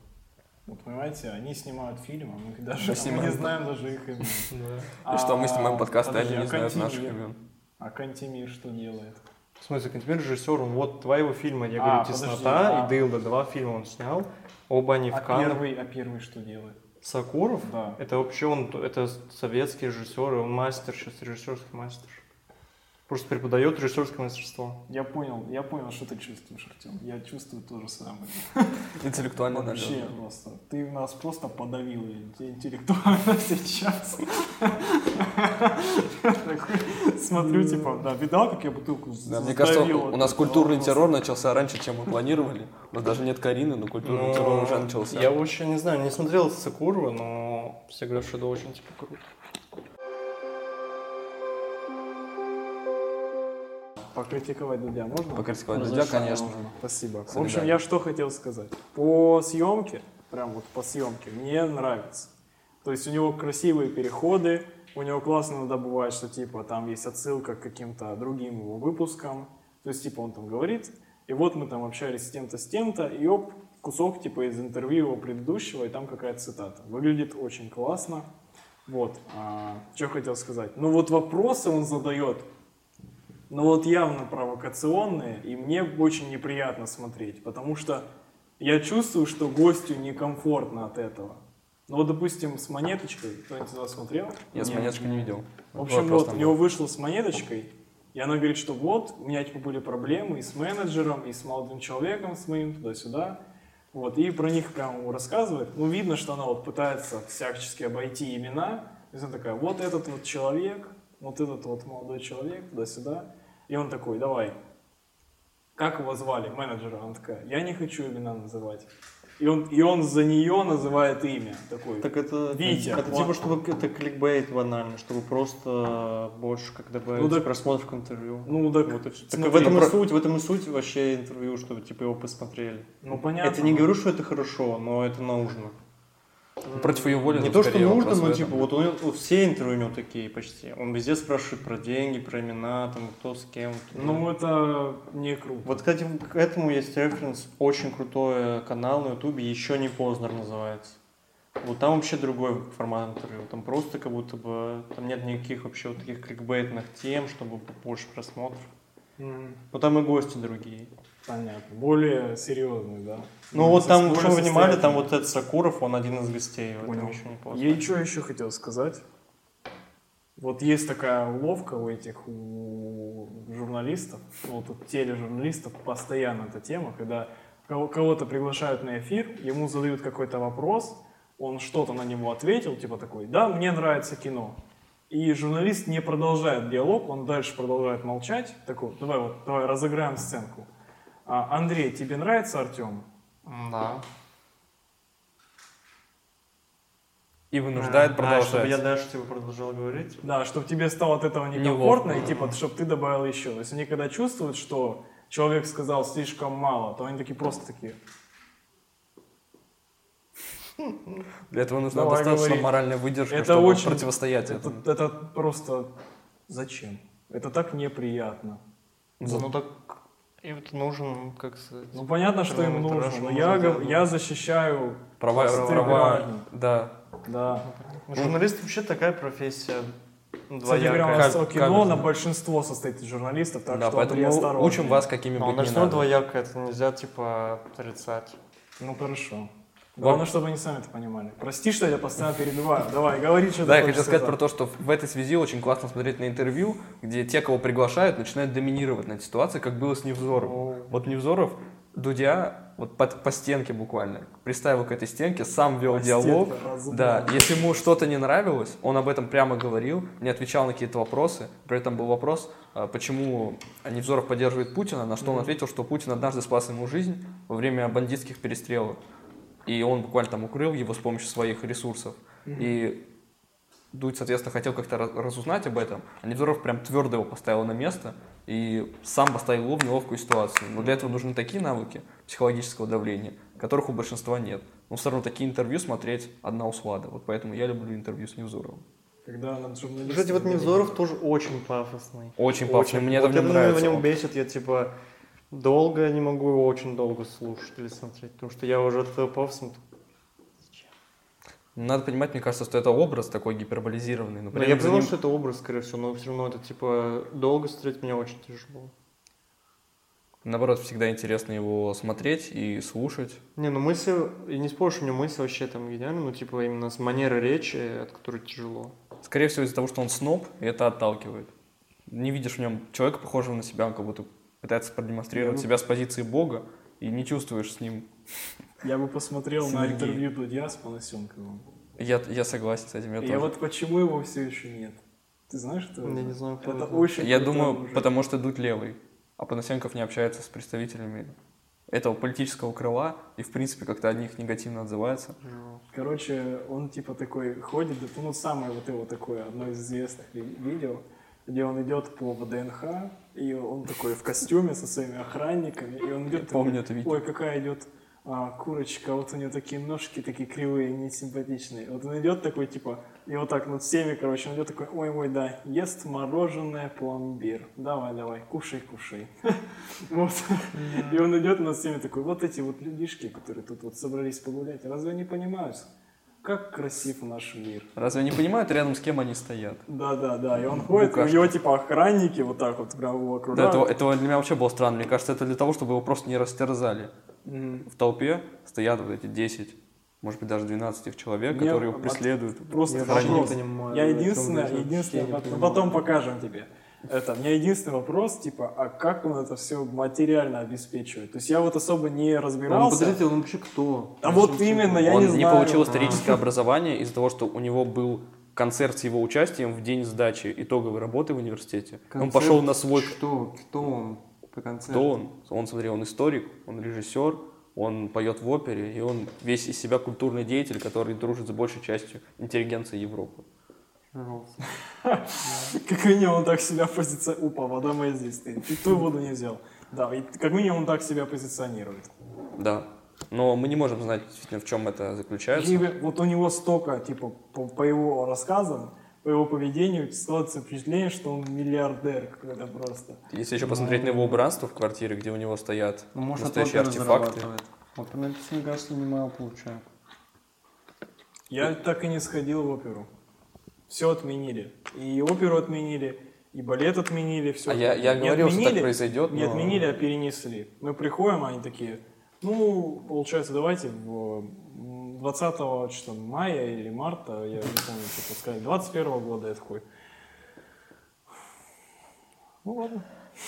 S1: Вот понимаете, они снимают фильм, а мы даже а
S3: Мы
S1: мы
S3: снимаем
S1: не
S3: под-
S1: знаем даже их имен.
S2: Да.
S3: И что мы
S1: А,
S3: снимаем подкасты,
S1: подожди,
S3: они не
S1: а
S3: знают наших
S1: Кантемир?
S3: имен.
S1: А Кантемир что делает?
S2: В смысле, Кантемир режиссер, он вот два его фильма, я
S1: А,
S2: говорю,
S1: подожди,
S2: «Теснота»
S1: а.
S2: и «Дылда», два фильма он снял, оба они
S1: А
S2: в Каннах.
S1: первый, а первый что делает?
S2: Сакуров,
S1: Да.
S2: это вообще он, это советский режиссер, и он мастер сейчас, режиссерский мастер. Просто преподает режиссерское мастерство.
S1: Я понял, я понял, что ты чувствуешь, Артем. Я чувствую то же самое.
S3: Интеллектуальный
S1: Вообще
S3: налет.
S1: просто. Ты нас просто подавил интеллектуально сейчас. Такой, Смотрю, типа, да, видал, как я бутылку
S3: Да,
S1: задавил?
S3: мне кажется, у у нас
S1: Просто
S3: культурный
S1: вопрос.
S3: террор начался раньше, чем мы планировали. У нас даже нет Карины, но культурный
S2: Но
S3: террор уже начался.
S2: Ну, Я вообще не знаю, не смотрел Сакурова, но все говорят, что это очень типа круто.
S1: Покритиковать Дудя можно?
S3: Покритиковать Дудя, конечно.
S1: Можно. Спасибо. В
S3: Солидарен.
S1: общем, я что хотел сказать. По съемке, прям вот по съемке, мне нравится. То есть у него красивые переходы, у него классно иногда бывает, что типа там есть отсылка к каким-то другим его выпускам. То есть типа он там говорит, и вот мы там общались с тем-то, с тем-то, и оп, кусок типа из интервью его предыдущего, и там какая-то цитата. Выглядит очень классно. Вот, что хотел сказать. Ну вот вопросы он задает, но вот явно провокационные, и мне очень неприятно смотреть, потому что я чувствую, что гостю некомфортно от этого. Ну вот, допустим, с монеточкой, кто-нибудь из вас смотрел?
S3: Я с
S1: Нет.
S3: монеточкой не видел.
S1: В общем,
S3: Вопрос
S1: вот, у
S3: там
S1: него вышло с монеточкой, и она говорит, что вот, у меня типа были проблемы и с менеджером, и с молодым человеком, с моим, туда-сюда. Вот, и про них прям рассказывает. Ну, видно, что она вот пытается всячески обойти имена. То есть она такая, вот этот вот человек, вот этот вот молодой человек, туда-сюда. И он такой, давай, как его звали, менеджера? Она такая, я не хочу имена называть. И он, и он за нее называет имя. Такой,
S2: Так это,
S1: Витя,
S2: это
S1: вот.
S2: типа, чтобы это кликбейт банально, чтобы просто больше как добавить
S1: Ну так-
S2: просмотров к интервью.
S1: ну, так,
S2: Вот и всё. так
S1: смотри,
S2: в этом и
S1: про-
S2: суть, в этом и суть вообще интервью, чтобы типа его посмотрели.
S1: Ну, понятно.
S2: Это не говорю, что это хорошо, но это нужно.
S3: Против ее воли.
S2: не
S3: тут
S2: то, что
S3: скорее
S2: нужно,
S3: вопрос в
S2: но
S3: этом.
S2: типа вот у него- вот все интервью у него такие почти. Он везде спрашивает про деньги, про имена, там кто с кем. кто-
S1: Ну, это не круто.
S2: Вот, кстати, к этому есть референс. Очень крутой э, канал на Ютубе, еще не Познер называется. Вот там вообще другой формат интервью. Там просто как будто бы там нет никаких вообще вот таких кликбейтных тем, чтобы побольше просмотров. Но там и гости другие.
S1: Понятно. Более серьезный, да?
S2: Ну вот там,
S1: Более
S2: что вы внимали, там
S1: состоятельный.
S2: вот этот Сакуров, он один из гостей. вот
S1: Понял.
S2: там еще не Познер.
S1: Я что еще хотел сказать? Вот есть такая уловка у этих у журналистов, ну, вот у тележурналистов постоянно эта тема, когда кого- кого-то приглашают на эфир, ему задают какой-то вопрос, он что-то на него ответил, типа такой, да, мне нравится кино. И журналист не продолжает диалог, он дальше продолжает молчать, такой, давай вот, давай разыграем сценку. «А, Андрей, тебе нравится Артем?
S2: Да.
S3: И вынуждает
S2: А, чтобы я
S3: продолжать.
S2: дальше типа продолжал говорить.
S1: Да, чтобы тебе стало от этого некомфортно,
S3: Неловко,
S1: и типа, чтобы ты добавил еще. То есть они когда чувствуют, что человек сказал слишком мало, то они такие просто такие.
S3: Для этого нужна
S1: Давай,
S3: достаточно
S1: говори.
S3: моральная выдержка,
S1: Это
S3: чтобы
S1: очень-
S3: противостоять
S1: Это,
S3: этому.
S1: это просто зачем? Это так неприятно.
S3: За-
S2: Ну так и вот нужен, как сказать.
S1: Ну понятно, что им
S2: Прямо это
S1: нужно,
S2: хорошо,
S1: но
S2: можно
S1: я, гов-
S3: ну.
S2: сделать.
S1: я защищаю,
S3: Права,
S1: Просто
S3: права,
S1: важно.
S3: да.
S1: да.
S2: Ну, Журналист вообще такая профессия
S1: Кстати говоря, у
S2: двоякая.
S1: нас
S3: Как-
S1: кино
S3: как-
S1: на большинство состоит из журналистов, так
S3: да,
S1: что Андрей,
S3: поэтому
S1: осторожнее.
S3: учим вас какими
S2: Но
S3: быть
S2: Ну, она
S3: не
S2: все равно
S3: надо.
S2: двоякая, это нельзя типа отрицать.
S1: Ну хорошо. Главное, чтобы они сами это понимали. Прости, что я тебя постоянно перебиваю. Давай, говори, что
S3: Да,
S1: ты
S3: я хотел
S1: хочешь
S3: сказать про то, что в этой связи очень классно смотреть на интервью, где те, кого приглашают, начинают доминировать над ситуацией, как было с Невзоровым.
S2: Ну,
S3: Вот Невзоров, Дудя, вот под, по стенке буквально, приставил к этой стенке, сам вел
S1: По
S3: диалог.
S1: стенке, разумно.
S3: Да, если ему что-то не нравилось, он об этом прямо говорил, не отвечал на какие-то вопросы. При этом был вопрос, а, почему Невзоров поддерживает Путина, на что он ответил, что Путин однажды спас ему жизнь во время бандитских перестрелок. И он буквально там укрыл его с помощью своих ресурсов. И Дудь, соответственно, хотел как-то раз- разузнать об этом, а Невзоров прям твердо его поставил на место и сам поставил его в неловкую ситуацию. Но для этого нужны такие навыки психологического давления, которых у большинства нет. Но все Ну, равно такие интервью смотреть одна услада. Вот поэтому я люблю интервью с Невзоровым.
S1: Когда над журналистами...
S2: Кстати, вот Невзоров тоже очень пафосный.
S3: Очень пафосный, мне это в
S2: Вот
S3: нем
S2: это
S3: нравится.
S2: в нем бесит, я типа долго не могу его очень долго слушать или смотреть, потому что я уже от этого пафоса
S3: Надо понимать, мне кажется, что это образ такой гиперболизированный. Но
S4: Но
S2: Ну,
S3: при
S4: Ну, я
S3: этом за
S4: понимаю,
S3: ним-
S4: что это образ, скорее всего, но все равно это, типа, долго смотреть меня очень тяжело.
S3: наоборот, всегда интересно его смотреть и слушать.
S4: Не, ну мысль, и не споришь, у него мысль вообще там гениальна, ну, типа, именно с манеры речи, от которой тяжело.
S3: Скорее всего, из-за того, что он сноб, и это отталкивает. Не видишь в нем человека, похожего на себя, он как будто пытается продемонстрировать
S1: Ну.
S3: себя с позиции Бога, и не чувствуешь с ним.
S1: Я бы посмотрел на
S3: Синергия.
S1: интервью Дудя с Панасенковым.
S3: Я, я согласен с этим, я
S1: И
S3: тоже.
S1: вот почему его все еще нет. Ты знаешь, что
S4: Я
S1: это?
S4: не знаю, кто
S1: Это
S4: это.
S1: очень
S3: Я
S1: крутой
S3: думаю,
S1: мужик.
S3: потому что Дудь левый, а Панасенков не общается с представителями этого политического крыла и, в принципе, как-то о них негативно отзывается.
S4: Тяжело.
S1: Короче, он типа такой ходит, да, ну самое вот его такое, одно из известных ви- видео, где он идет по ВДНХ, и он такой в костюме со своими охранниками, и он идет... такой,
S3: помню это видео.
S1: Ой, какая идет а, курочка, вот у нее такие ножки такие кривые, несимпатичные. Вот он идет такой, типа, и вот так над всеми, короче, он идет такой, ой, ой, да, ест мороженое пломбир. Давай, давай, кушай, кушай. Вот. И он идет над всеми такой, вот эти вот людишки, которые тут вот собрались погулять, разве они понимают, как красив наш мир?
S3: Разве они понимают, рядом с кем они стоят?
S1: Да, да, да. И он ходит, и у
S3: Букашки.
S1: него типа охранники вот так вот прямо его
S3: Да, это,
S1: окружают.
S3: это для меня вообще было странно. Мне кажется, это для того, чтобы его просто не растерзали.
S1: Мгм.
S3: В толпе стоят вот эти 10, может быть, даже 12 их человек,
S1: Мне
S3: которые его
S1: от-
S3: преследуют.
S1: Просто
S4: Я вообще не
S1: вопрос.
S4: понимаю.
S1: Я
S4: о чем
S1: единственное,
S4: говорит,
S1: единственное,
S4: вообще не
S1: пот-
S4: понимаю.
S1: потом покажем тебе. Это, у меня единственный вопрос, типа, а как он это все материально обеспечивает? То есть я вот особо не
S4: Ну,
S1: разбирался.
S4: подождите, он вообще кто?
S1: А вот именно, я
S3: он
S1: не
S3: не,
S1: знаю. а.
S3: получил историческое образование из-за того, что у него был концерт с его участием в день сдачи итоговой работы в университете. Он
S4: Концерт?
S3: пошел на свой...
S4: Что? Кто он по концерту?
S3: Кто он? Он, смотри, он историк, он режиссер, он поет в опере, и он весь из себя культурный деятель, который дружит с большей частью интеллигенции Европы.
S4: Пожалуйста.
S1: Как минимум он так себя позиционирует. Упа, вода моя здесь стоит. Ты ту воду не взял. Да, и как минимум он так себя позиционирует.
S3: Да. Но мы не можем знать, действительно, в чем это заключается.
S1: И вот у него столько, типа, по, по его рассказам, по его поведению, складывается впечатление, что он миллиардер какой-то просто.
S3: Если еще посмотреть на его убранство в квартире, где у него стоят
S2: Ну, может, от
S3: настоящие
S2: оперы
S3: артефакты.
S2: зарабатывает. Вот,
S4: ну,
S2: мне кажется, немало получаю.
S1: Я так и не сходил в оперу. Все отменили. И оперу отменили, и балет отменили, все.
S3: А я, я говорил, что так произойдет.
S1: Не
S3: но-
S1: отменили, а перенесли. Мы приходим, они такие, ну, получается, давайте в, м, 20 что, там, мая или марта, я не помню, типа, что сказали, 21 года это такой. Ну ладно.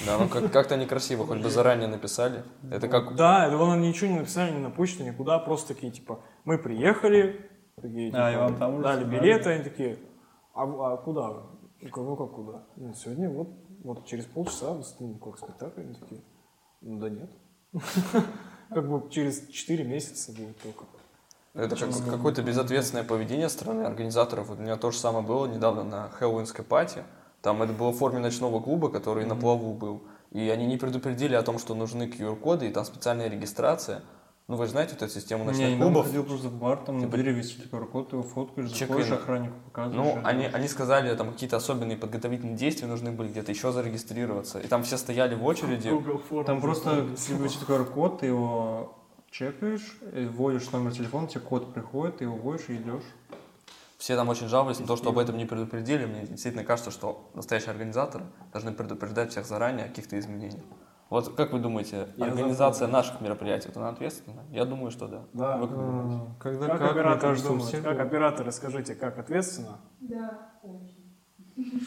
S3: Да, ну как- как-то некрасиво, хоть бы заранее написали. Это как...
S1: Да, это он ничего не написали, ни на почту, никуда, просто такие, типа, мы приехали, такие, типа,
S2: Да, А, и вам там
S1: дали
S2: ужин
S1: билеты, они такие, а, а куда? вы?» Я говорю, Ну как куда? «Ну, сегодня вот, вот через полчаса мы снимем как спектакль, они такие, ну да нет. Как бы через 4 месяца будет только.
S3: Это как какое-то безответственное поведение стороны организаторов. Вот у меня то же самое было недавно на хэллоуинской пати. Там это было в форме ночного клуба, который на плаву был. И они не предупредили о том, что нужны QR-коды, и там специальная регистрация. Ну, вы же знаете вот эту систему
S2: Не,
S3: ночных
S2: иногда
S3: клубов.
S2: ходил просто в бар, там на
S3: Типа-
S2: двери висит QR-код, ты его фоткаешь,
S3: Чек-ин.
S2: заходишь, охраннику показываешь.
S3: Ну,
S2: это
S3: они, они сказали, там какие-то особенные подготовительные действия нужны были где-то еще зарегистрироваться. И там все стояли в очереди.
S1: Google Forms.
S2: Там просто тебе висит QR-код, ты его чекаешь, э, вводишь номер телефона, тебе код приходит, ты его вводишь и идешь.
S3: Все там очень жаловались на то, что об этом не предупредили. Мне действительно кажется, что настоящие организаторы должны предупреждать всех заранее о каких-то изменениях. Вот как вы думаете,
S1: Я
S3: организация наших мероприятий, вот она ответственна? Я думаю, что да.
S1: Да.
S3: Вы как думаете?
S2: А, Когда
S1: Как,
S2: как, мне
S1: операторы
S2: кажется, у
S1: думают?
S2: всех
S1: как
S2: было
S1: операторы, скажите, как ответственно?
S5: Да, очень.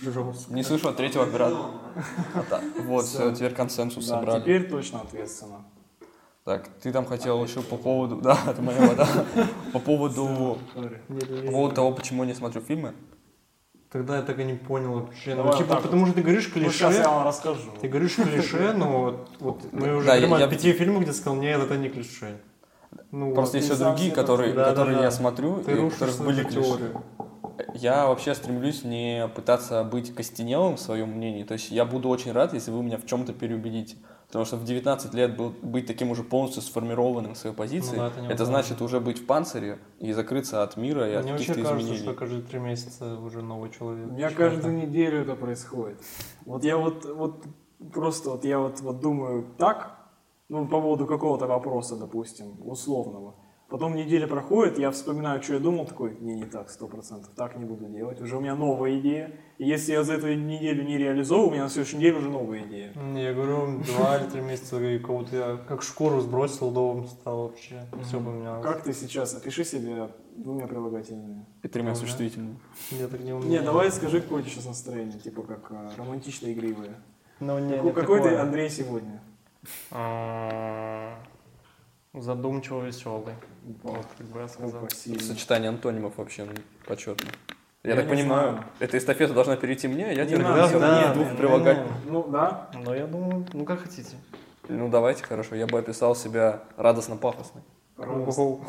S2: жестко.
S3: Не слышу от третьего оператора. А так, Вот, все, теперь консенсус
S1: Да,
S3: собрали.
S1: теперь точно ответственно.
S3: Так, ты там хотел еще по поводу... Да, это моя вода. По поводу...
S1: Sorry.
S3: По поводу того, почему я не смотрю фильмы.
S2: Тогда я так и не понял вообще. Ну,
S1: Давай
S2: типа,
S1: вот так
S2: потому что ты говоришь
S1: Ну, сейчас я
S2: клише,
S1: вам расскажу.
S2: ты говоришь клише, но вот, вот мы уже
S3: Да, я-
S2: говорим
S3: я-
S2: о пяти фильмах, где сказал, нет, это не клише. Ну,
S3: Просто
S2: вот.
S3: есть еще
S1: сам
S3: другие,
S1: себе так-
S3: которые,
S2: Да, да,
S3: которые
S2: да.
S3: я смотрю,
S2: ты
S3: и у
S2: рушишь
S3: которых
S2: свою
S3: были клише.
S2: теорию.
S3: Я вообще стремлюсь не пытаться быть костенелым в своем мнении. То есть я буду очень рад, если вы меня в чем-то переубедите. Потому что в 19 лет был- быть таким уже полностью сформированным в своей позиции,
S1: Ну
S2: да, это
S3: это,
S2: невозможно.
S3: значит уже быть в панцире и закрыться от мира и от
S2: Мне
S3: каких-то
S2: вообще кажется,
S3: изменений.
S2: что каждые три месяца уже новый человек.
S1: У меня
S2: Почему
S1: каждую неделю это происходит. Вот я вот, вот просто вот я вот, вот думаю так, ну, по поводу какого-то вопроса, допустим, условного. Потом неделя проходит, я вспоминаю, что я думал, такой, не, не так, сто процентов, так не буду делать. Уже у меня новая идея. И если я за эту неделю не реализовываю, у меня на следующей неделе уже новая идея.
S2: Я говорю, два или три месяца, и как будто я как шкуру сбросил, новым стал вообще. Все поменялось.
S1: Как ты сейчас? Опиши себя двумя прилагательными.
S3: И тремя
S2: Ага.
S3: существительными.
S2: Я так не умею.
S1: Не, давай скажи какое сейчас настроение, типа как э, романтично игривое.
S2: Ну, не,
S1: Какой,
S2: не
S1: какой ты,
S2: такое.
S1: Андрей, сегодня?
S2: А, Задумчиво веселый. Вот, как бы я сказал.
S1: Опа, сильно.
S3: Сочетание антонимов вообще ну, почетно. Я,
S1: Я
S3: так
S1: не
S3: понимаю,
S1: знаю.
S3: эта эстафета должна перейти мне, а я
S1: Не
S3: теперь
S1: надо,
S3: буду
S1: да,
S3: всё
S1: да,
S3: двух
S1: да,
S3: прилагать.
S1: Ну да,
S2: Но я думаю, ну как хотите.
S3: Ну давайте, хорошо. Я бы описал себя радостно-пафосно.
S1: пожалуйста.
S2: Ну,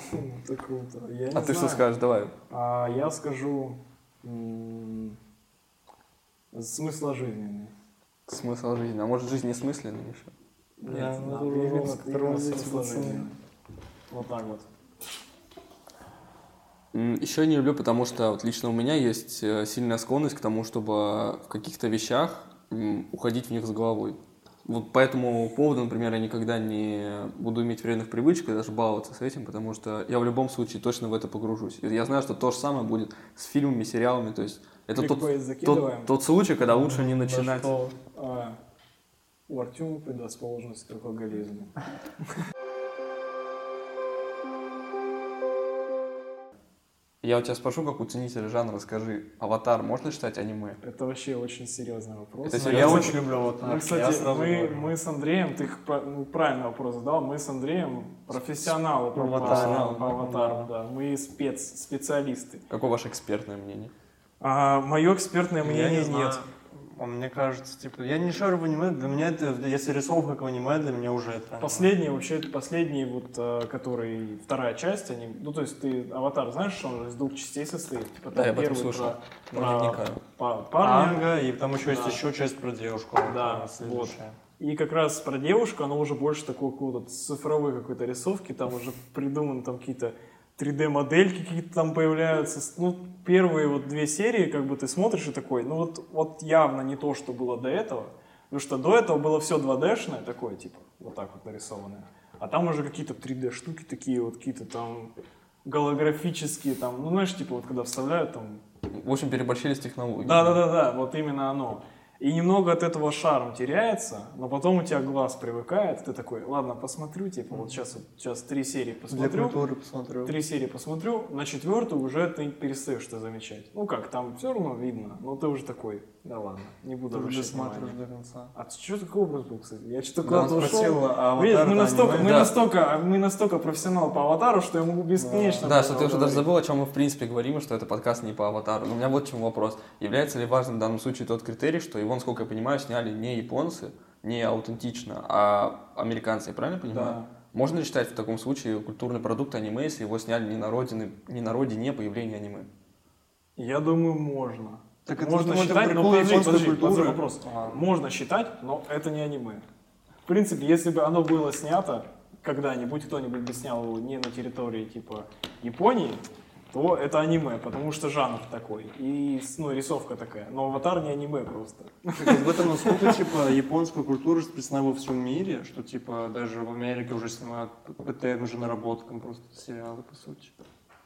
S1: Это круто. Я не
S3: А ты что
S1: знаю.
S3: скажешь? Давай.
S1: А я скажу м, смысла жизненный.
S3: Смысл жизни. А может жизнь несмысленна, Миша?
S1: Нет,
S2: ну,
S1: да,
S2: это уже
S1: именно-
S2: вопрос,
S1: именно
S2: который
S1: смысла
S2: пацаны.
S1: жизненный. Вот так вот.
S3: Еще не люблю, потому что вот лично у меня есть э, сильная склонность к тому, чтобы в каких-то вещах м, уходить в них с головой. Вот по этому поводу, например, я никогда не буду иметь вредных привычек и даже баловаться с этим, потому что я в любом случае точно в это погружусь. И Я знаю, что то же самое будет с фильмами, сериалами, то есть это тот,
S1: Кликбейт
S3: тот,
S1: закидываем.
S3: тот случай, когда лучше не
S2: Да
S3: начинать.
S2: что вы.
S1: А, у Артема предрасположенность к алкоголизму.
S3: Я у тебя спрошу, как у ценителя жанра, скажи, «Аватар» можно считать аниме?
S1: Это вообще очень серьезный вопрос.
S3: Это
S1: Мы,
S2: Но
S3: серьезно? А,
S2: я очень люблю вот
S1: Мы, Ну, кстати, мы, мы с Андреем, ты их пра- ну, правильный вопрос задал, мы с Андреем профессионалы по
S2: Аватару,
S1: по
S2: да.
S1: аватару, да, мы спец, специалисты.
S3: Какое ваше экспертное мнение?
S1: мое А экспертное мнение нет.
S2: Мне кажется, типа, я не шарю в аниме, для меня это, если рисовка как в аниме, для меня уже это.
S1: Последние вообще, последние вот, э, которые вторая часть, они, ну то есть ты аватар знаешь, что он же из двух частей состоит. Потом
S3: Да, я об этом
S1: первый
S3: слышал.
S1: про-
S3: Но
S1: про
S3: не вникаю.
S1: па- парня.
S2: Анга, и там еще есть
S1: Да.
S2: еще часть про девушку.
S1: Да,
S2: она следующая.
S1: И как раз про девушку, она уже больше такой какого-то цифровой какой-то рисовки, там уже придуманы там какие-то 3D-модельки какие-то там появляются. С- Ну, первые вот две серии, как бы ты смотришь и такой, ну вот, вот явно не то, что было до этого. Потому что до этого было все 2D-шное такое, типа, вот так вот нарисованное. А там уже какие-то 3D-штуки такие, вот какие-то там голографические, там, ну, знаешь, типа, вот когда вставляют там
S3: В общем, переборщили с технологией.
S1: да, да, да, да, вот именно оно. И немного от этого шарм теряется, но потом у тебя глаз привыкает, ты такой, ладно, посмотрю, типа, вот сейчас, сейчас три серии
S2: Для
S1: посмотрю,
S2: культуры посмотрю.
S1: три серии посмотрю, на четвертую уже ты перестаешь это замечать. Ну как, там все равно видно, но ты уже такой, да ладно, не буду
S2: Ты
S1: обращать
S2: досматриваешь
S1: внимания.
S2: до конца.
S1: А что такой образ был, кстати? Я
S2: Ну,
S1: что-то
S6: Да, он
S1: куда-то ушел.
S6: спросил, а
S1: Видишь,
S6: «Аватар»
S1: мы
S6: это
S1: настолько,
S6: аниме?
S1: мы
S3: Да.
S1: настолько, мы настолько профессионал по аватару, что я могу бесконечно.
S3: Да,
S1: про
S3: что
S1: него
S3: ты уже даже
S1: говорить.
S3: забыл, о чем мы в принципе говорим, и что это подкаст не по аватару. Но у меня вот в чем вопрос. Является ли важным в данном случае тот критерий, что его, насколько я понимаю, сняли не японцы, не аутентично, а американцы, я правильно понимаю?
S1: Да.
S3: Можно ли считать в таком случае культурный продукт аниме, если его сняли не на родине, не на родине появления аниме?
S1: Я думаю, можно.
S2: Так это
S1: можно
S2: вот это
S1: считать, но
S2: прикол
S1: подожди,
S2: японской
S1: подожди,
S2: культуры.
S1: подожди, вопрос. Можно считать, но это не аниме. В принципе, если бы оно было снято когда-нибудь, кто-нибудь бы снял его не на территории типа Японии, то это аниме, потому что жанр такой. И с- ну, рисовка такая. Но аватар не аниме просто.
S2: Так вот в этом насколько, типа, японская культура распространена во всем мире, что, типа, даже в Америке уже снимают по тем же наработкам просто сериалы, по сути.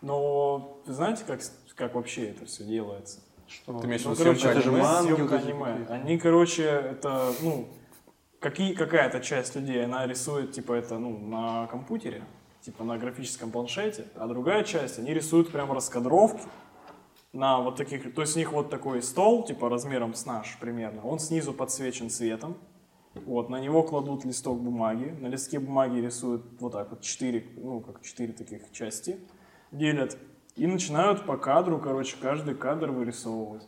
S1: Но вы знаете, как, с- как вообще это все делается?
S2: Что...
S3: Ты имеешь в
S1: Ну,
S3: виду
S1: короче,
S3: съемка
S1: это же
S3: аниме?
S2: манги
S1: съемка
S2: вот эти
S1: аниме.
S2: какие-то.
S1: Они, короче, это, ну, какие, какая-то часть людей, она рисует, типа, это, ну, на компьютере, типа, на графическом планшете, а другая часть, они рисуют прям раскадровки на вот таких, то есть у них вот такой стол, типа, размером с наш примерно, он снизу подсвечен светом, вот, на него кладут листок бумаги, на листке бумаги рисуют вот так вот четыре, ну, как четыре таких части, делят, и начинают по кадру, короче, каждый кадр вырисовывать.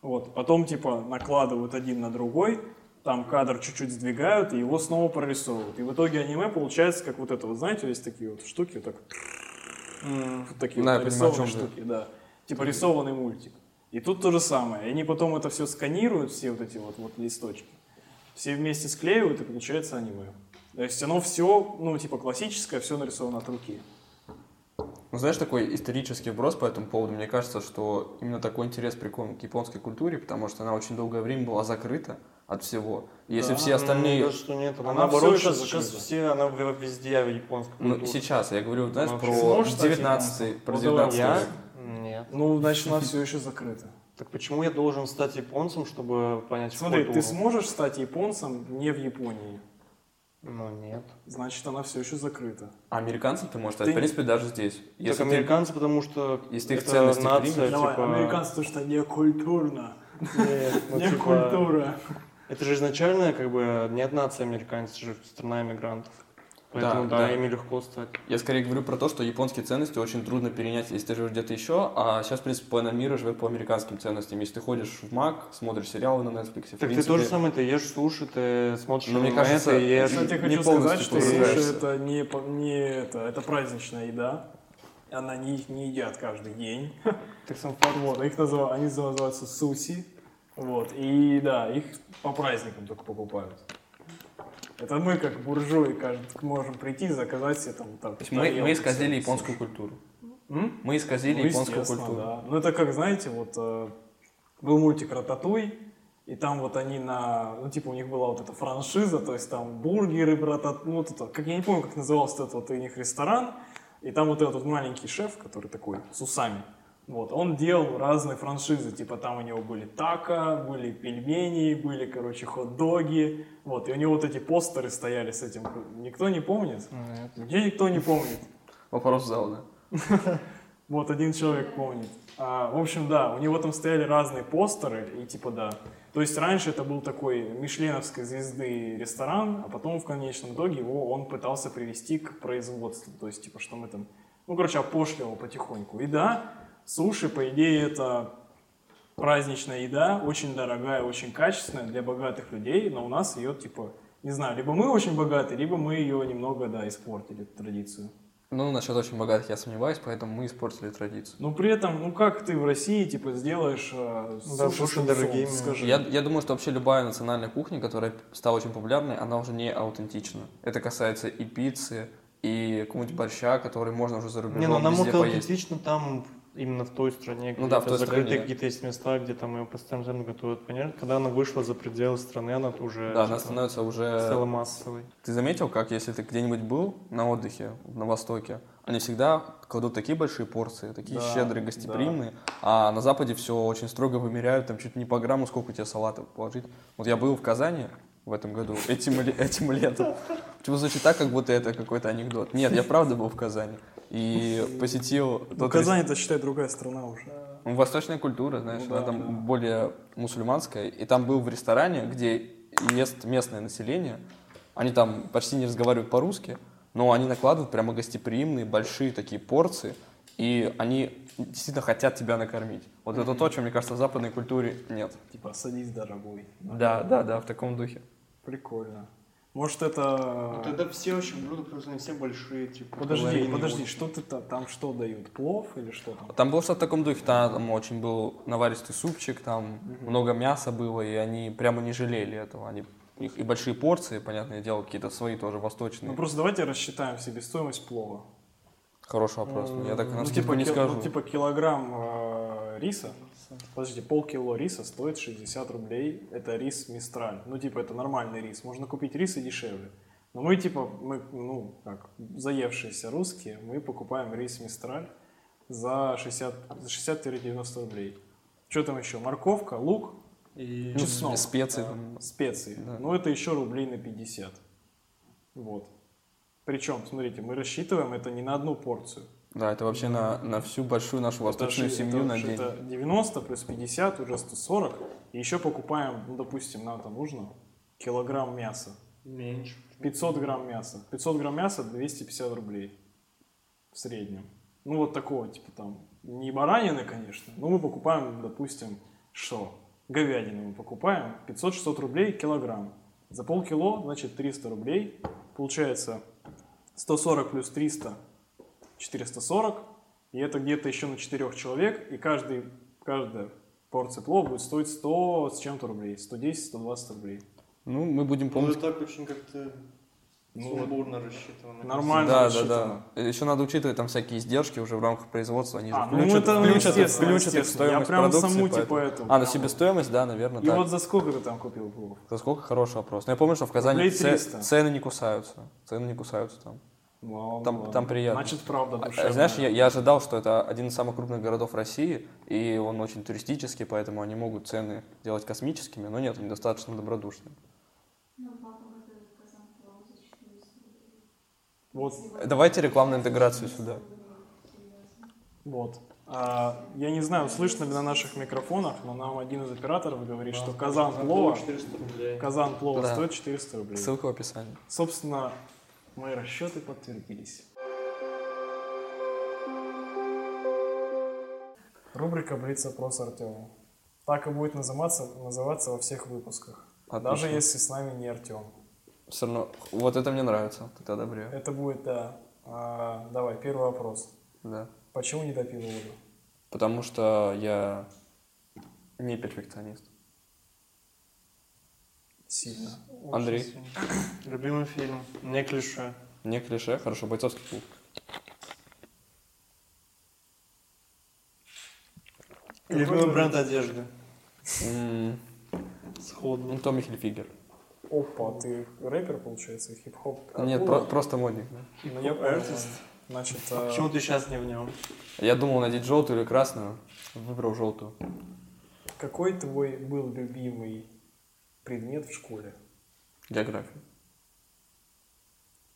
S1: Вот, потом, типа, накладывают один на другой, там кадр чуть-чуть сдвигают, и его снова прорисовывают. И в итоге аниме получается, как вот это, вот знаете, есть такие вот штуки, вот так, вот такие
S3: Да,
S1: вот
S3: я понимаю, о
S1: нарисованные
S3: чем ты.
S1: штуки, да. Типа рисованный мультик. И тут то же самое. И они потом это все сканируют, все вот эти вот, вот листочки, все вместе склеивают, и получается аниме. То есть оно все, ну, типа классическое, все нарисовано от руки.
S3: Ну, знаешь, такой исторический вброс по этому поводу, мне кажется, что именно такой интерес прикован к японской культуре, потому что она очень долгое время была закрыта, от всего. Если
S1: Да,
S3: все остальные...
S2: То, что нет, она,
S1: Она
S2: наоборот
S1: всё ещё
S2: сейчас, сейчас
S1: закрыта.
S2: все, она в- везде японская
S3: Ну,
S2: культура.
S3: сейчас, я говорю, знаешь,
S2: вообще
S3: про
S1: сможешь стать
S3: 19 про
S1: японцем?
S3: 19
S2: Я?
S3: век.
S2: Нет.
S1: Ну, значит, она все еще закрыта.
S2: Так почему я должен стать японцем, чтобы понять
S1: Смотри,
S2: культуру?
S1: ты сможешь стать японцем не в Японии,
S2: Ну, нет.
S1: значит, она все еще закрыта.
S3: А американцем ты можешь стать,
S1: Ты-
S3: в принципе, даже здесь. Если
S2: так
S3: ты-
S2: американцы, потому что
S3: если ты их
S2: это
S3: ценности
S2: нация,
S3: примешь,
S1: Давай,
S2: типа...
S1: американцы, то, что не культурно,
S2: Нет, ну,
S1: не
S2: типа,
S1: культура.
S2: Это же изначально, как бы, нет нации американцев, это же страна иммигрантов. Поэтому, да,
S3: Да, да.
S2: ими легко стать.
S3: Я скорее говорю про то, что японские ценности очень трудно перенять, если ты живешь где-то еще, а сейчас, в принципе, половина мира живет по американским ценностям. Если ты ходишь в МАК, смотришь сериалы на Netflix, в
S2: Так ты
S3: принципе,
S2: тоже самое, ты ешь суши, ты смотришь
S3: Ну, мне
S2: аниме,
S3: кажется,
S2: ты ешь...
S1: Кстати, я
S3: не
S1: хочу
S3: полностью
S1: сказать, что
S3: погружаешься.
S1: суши это не, по- не это, это праздничная еда. Она не, их не едят каждый день.
S2: Так сам факт.
S1: Вот, их называют, они называются суси. Вот, и да, их по праздникам только покупают. Это мы, как буржуи, кажется, можем прийти и заказать себе там... там
S3: То есть мы, мы
S1: тарелку
S3: исказили
S1: суши.
S3: японскую культуру.
S1: М?
S3: Мы исказили
S1: Ну,
S3: японскую
S1: естественно,
S3: культуру.
S1: да. Ну, это как, знаете, вот э, был мультик «Рататуй», и там вот они на... Ну, типа, у них была вот эта франшиза, то есть там бургеры, братат... Ну, вот это... Как я не помню, как назывался этот вот у них ресторан, и там вот этот вот маленький шеф, который такой с усами, вот, он делал разные франшизы, типа там у него были тако, были пельмени, были, короче, хот-доги, вот, и у него вот эти постеры стояли с этим, никто не помнит?
S2: Нет.
S1: Где никто не помнит?
S3: Вопрос зал, да.
S1: Ну, Вот один человек помнит. А, в общем, да, у него там стояли разные постеры, и типа да. То есть раньше это был такой мишленовской звезды ресторан, а потом в конечном итоге его он пытался привести к производству. То есть, типа, что мы там... Ну, короче, опошливал потихоньку. И да, суши, по идее, это праздничная еда, очень дорогая, очень качественная для богатых людей, но у нас ее, типа, не знаю, либо мы очень богаты, либо мы ее немного, да, испортили, эту традицию.
S3: Ну, насчет очень богатых я сомневаюсь, поэтому мы испортили традицию.
S1: Но при этом, ну как ты в России, типа, сделаешь э,
S2: Да,
S1: суши
S2: суши
S1: с
S2: дорогими.
S1: соусом, скажи. Ну,
S3: Я, я думаю, что вообще любая национальная кухня, которая стала очень популярной, она уже не аутентична. Это касается и пиццы, и какого-нибудь борща, который можно уже за рубежом
S2: Не, ну она
S3: везде
S2: может
S3: поесть.
S2: аутентично там, именно в той стране, где
S3: Ну да, в той
S2: закрытые
S3: стране, да.
S2: какие-то есть места, где там ее постоянно готовят. Понятно, когда она вышла за пределы страны, она уже
S3: Да, она
S2: типа,
S3: становится уже...
S2: стала массовой.
S3: Ты заметил, как если ты где-нибудь был на отдыхе на Востоке, они всегда кладут такие большие порции, такие
S1: Да,
S3: щедрые, гостеприимные, а на Западе все очень строго вымеряют, там чуть не по грамму, сколько тебе салата положить. Вот я был в Казани в этом году, этим, ле- этим летом. Почему звучит так, как будто это какой-то анекдот? Нет, я правда был в Казани и посетил...
S1: Ну,
S3: тот
S1: Казань это, считай, другая страна уже.
S3: ну, Восточная культура, знаешь,
S1: Ну
S3: она
S1: да,
S3: там
S1: да.
S3: более мусульманская. И там был в ресторане, где ест местное население. Они там почти не разговаривают по-русски, но они накладывают прямо гостеприимные большие такие порции, и они действительно хотят тебя накормить. Вот это то, чего, мне кажется, в западной культуре нет.
S1: Типа, садись, дорогой.
S3: Да, да, да, в таком духе.
S1: Прикольно. Может,
S2: Ну,
S1: это...
S2: А
S1: э,
S2: все очень блюда, потому что они все большие, типа.
S1: Подожди, подожди, что ты та- там что дают? Плов или что там?
S3: Там было что-то в таком духе, там, очень был наваристый супчик, там много мяса было, и они прямо не жалели этого. Они, у них и большие порции, понятное дело, какие-то свои тоже восточные.
S1: Ну, просто давайте рассчитаем себестоимость плова.
S3: Хороший вопрос. Я так на
S1: Ну,
S3: скидку не
S1: кил-
S3: скажу.
S1: ну, типа, килограмм э, риса, подожди, полкило риса стоит 60 рублей, это рис мистраль, ну, типа, это нормальный рис, можно купить рис и дешевле. Но мы, типа, мы, ну, как, заевшиеся русские, мы покупаем рис мистраль за 60 за 60-90 рублей. Что там еще? Морковка, лук,
S2: И...
S1: чеснок,
S3: Ну, специи
S1: э,
S3: там.
S1: специи.
S3: Да.
S1: Ну, это еще рублей на 50. Вот. Причем, смотрите, мы рассчитываем это не на одну порцию.
S3: Да, это вообще на, на всю большую нашу восточную
S1: Это же-
S3: семью
S1: это
S3: на
S1: же-
S3: день.
S1: это 90 плюс 50, уже 140. И еще покупаем, ну, допустим, нам там нужно килограмм мяса.
S2: Меньше.
S1: 500 грамм мяса. 500 грамм мяса 250 рублей в среднем. Ну, вот такого, типа там, не баранины, конечно, но мы покупаем, допустим, что? Говядину мы покупаем, 500-600 рублей килограмм. За полкило, значит, 300 рублей. Получается 140 плюс 300, 440. И это где-то еще на 4 человек. И каждый, каждая порция плова будет стоить 100 с чем-то рублей. 110-120 рублей.
S3: Ну, мы будем помнить.
S2: так очень как-то Сумбурно рассчитано.
S1: Ну, Нормально
S3: да, да,
S1: рассчитано.
S3: да. Еще надо учитывать там всякие издержки уже в рамках производства. Они
S1: А,
S3: же
S1: ну
S3: включат,
S1: это, ну,
S3: включат,
S1: естественно,
S3: включат их в
S1: естественно. Я
S3: стоимость
S1: прям
S3: продукции.
S1: саму, типа,
S3: поэтому.
S1: эту
S3: а,
S1: прям.
S3: ну себестоимость, да, наверное,
S1: И
S3: так.
S1: вот за сколько ты там купил губов?
S3: За сколько? Хороший вопрос. Но я помню, что в Казани
S1: Рублей
S3: ц-
S1: 300.
S3: цены не кусаются. Цены не кусаются там.
S1: Вау,
S3: Там-
S1: ладно.
S3: там приятно.
S1: Значит, правда
S3: А,
S1: душевная.
S3: Знаешь, я, я ожидал, что это один из самых крупных городов России, и он очень туристический, поэтому они могут цены делать космическими, но нет, он достаточно добродушный.
S5: Ну,
S1: Вот,
S3: Давайте рекламную интеграцию сюда.
S1: вот. А, я не знаю, слышно ли на наших микрофонах, но нам один из операторов говорит, что казан плова,
S2: 400 рублей.
S1: казан плова
S3: Да.
S1: стоит 400 рублей.
S3: Ссылка в описании.
S1: Собственно, мои расчеты подтвердились. Рубрика «Блиц опрос Артема». Так и будет называться, называться во всех выпусках.
S3: Отлично.
S1: Даже если с нами не Артем.
S3: Все А равно, вот это мне нравится, вот это одобряю.
S1: Это будет, да. А, давай, первый вопрос.
S3: Да.
S1: Почему не допил воду?
S3: Потому что я не перфекционист.
S1: Сильно.
S3: Андрей.
S2: Любимый фильм. Не клише.
S3: Не клише, хорошо, бойцовский клуб.
S2: Любимый бренд одежды.
S3: М,
S2: Сходу.
S3: Ну, Томми Хильфигер.
S1: Опа, ты рэпер, получается, хип-хоп?
S3: Нет, про- просто модник. да.
S1: Ну, я понял. Значит, а,
S2: Почему ты сейчас не в нем?
S3: Я думал надеть желтую или красную, выбрал желтую.
S1: какой твой был любимый предмет в школе?
S3: Географию.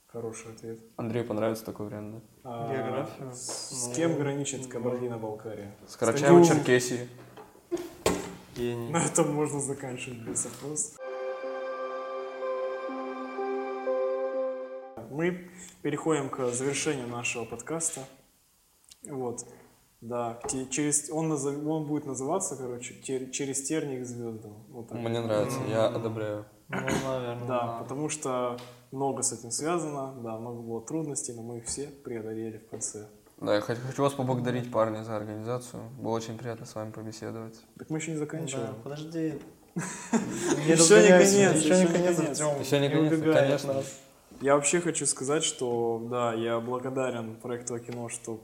S1: Хороший ответ.
S3: Андрею понравится такой вариант, да?
S1: А,
S2: Географию?
S1: С
S2: Ну,
S1: кем граничит Кабардино-Балкария?
S3: С Карачаево-Черкесии.
S2: Гений.
S1: На этом можно заканчивать без опрос. Мы переходим к завершению нашего подкаста. Вот. Да, те- через, он, назов- он будет называться, короче, те- «Через тернии к звездам». Вот так.
S3: Мне нравится, я одобряю.
S2: Ну, наверное.
S1: Да, потому что много с этим связано, да, много было трудностей, но мы их все преодолели в конце.
S3: Да, я хочу, хочу вас поблагодарить, парни, за организацию. Было очень приятно с вами побеседовать.
S1: Так мы еще не
S2: Да,
S1: заканчиваем.
S2: подожди.
S1: Еще не конец,
S2: Еще не конец, Артем.
S3: Еще не конец, конечно.
S1: Я вообще хочу сказать, что да, я благодарен проекту кино, что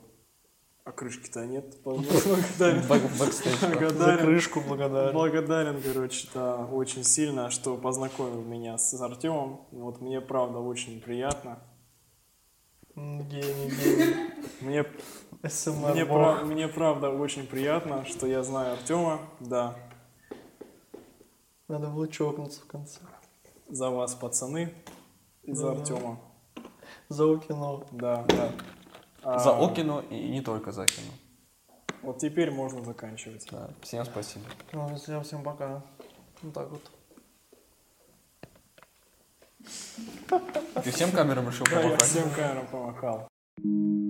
S1: а крышки-то нет, по-моему, благодарен.
S3: Бэк- бэкстейдж.
S2: За
S1: Благодарен,
S2: крышку благодарен.
S1: благодарен, короче, да, очень сильно, что познакомил меня с Артемом. Вот мне правда очень приятно.
S2: М, Гений, гений.
S1: Мне,
S2: СМР.
S1: мне,
S2: бог.
S1: прав- мне правда очень приятно, что я знаю Артема. Да,
S2: Надо было чокнуться в конце.
S1: за вас, пацаны, и за
S2: Да.
S1: Артема.
S2: За кино.
S1: Да, да. А,
S3: За Окино и не только за Окино.
S1: Вот теперь можно заканчивать.
S3: Да, всем спасибо.
S2: Ну, всем, всем пока. Вот так вот.
S3: Ты всем камерам решил
S1: Да, я
S3: помахать?
S1: всем камерам помахал.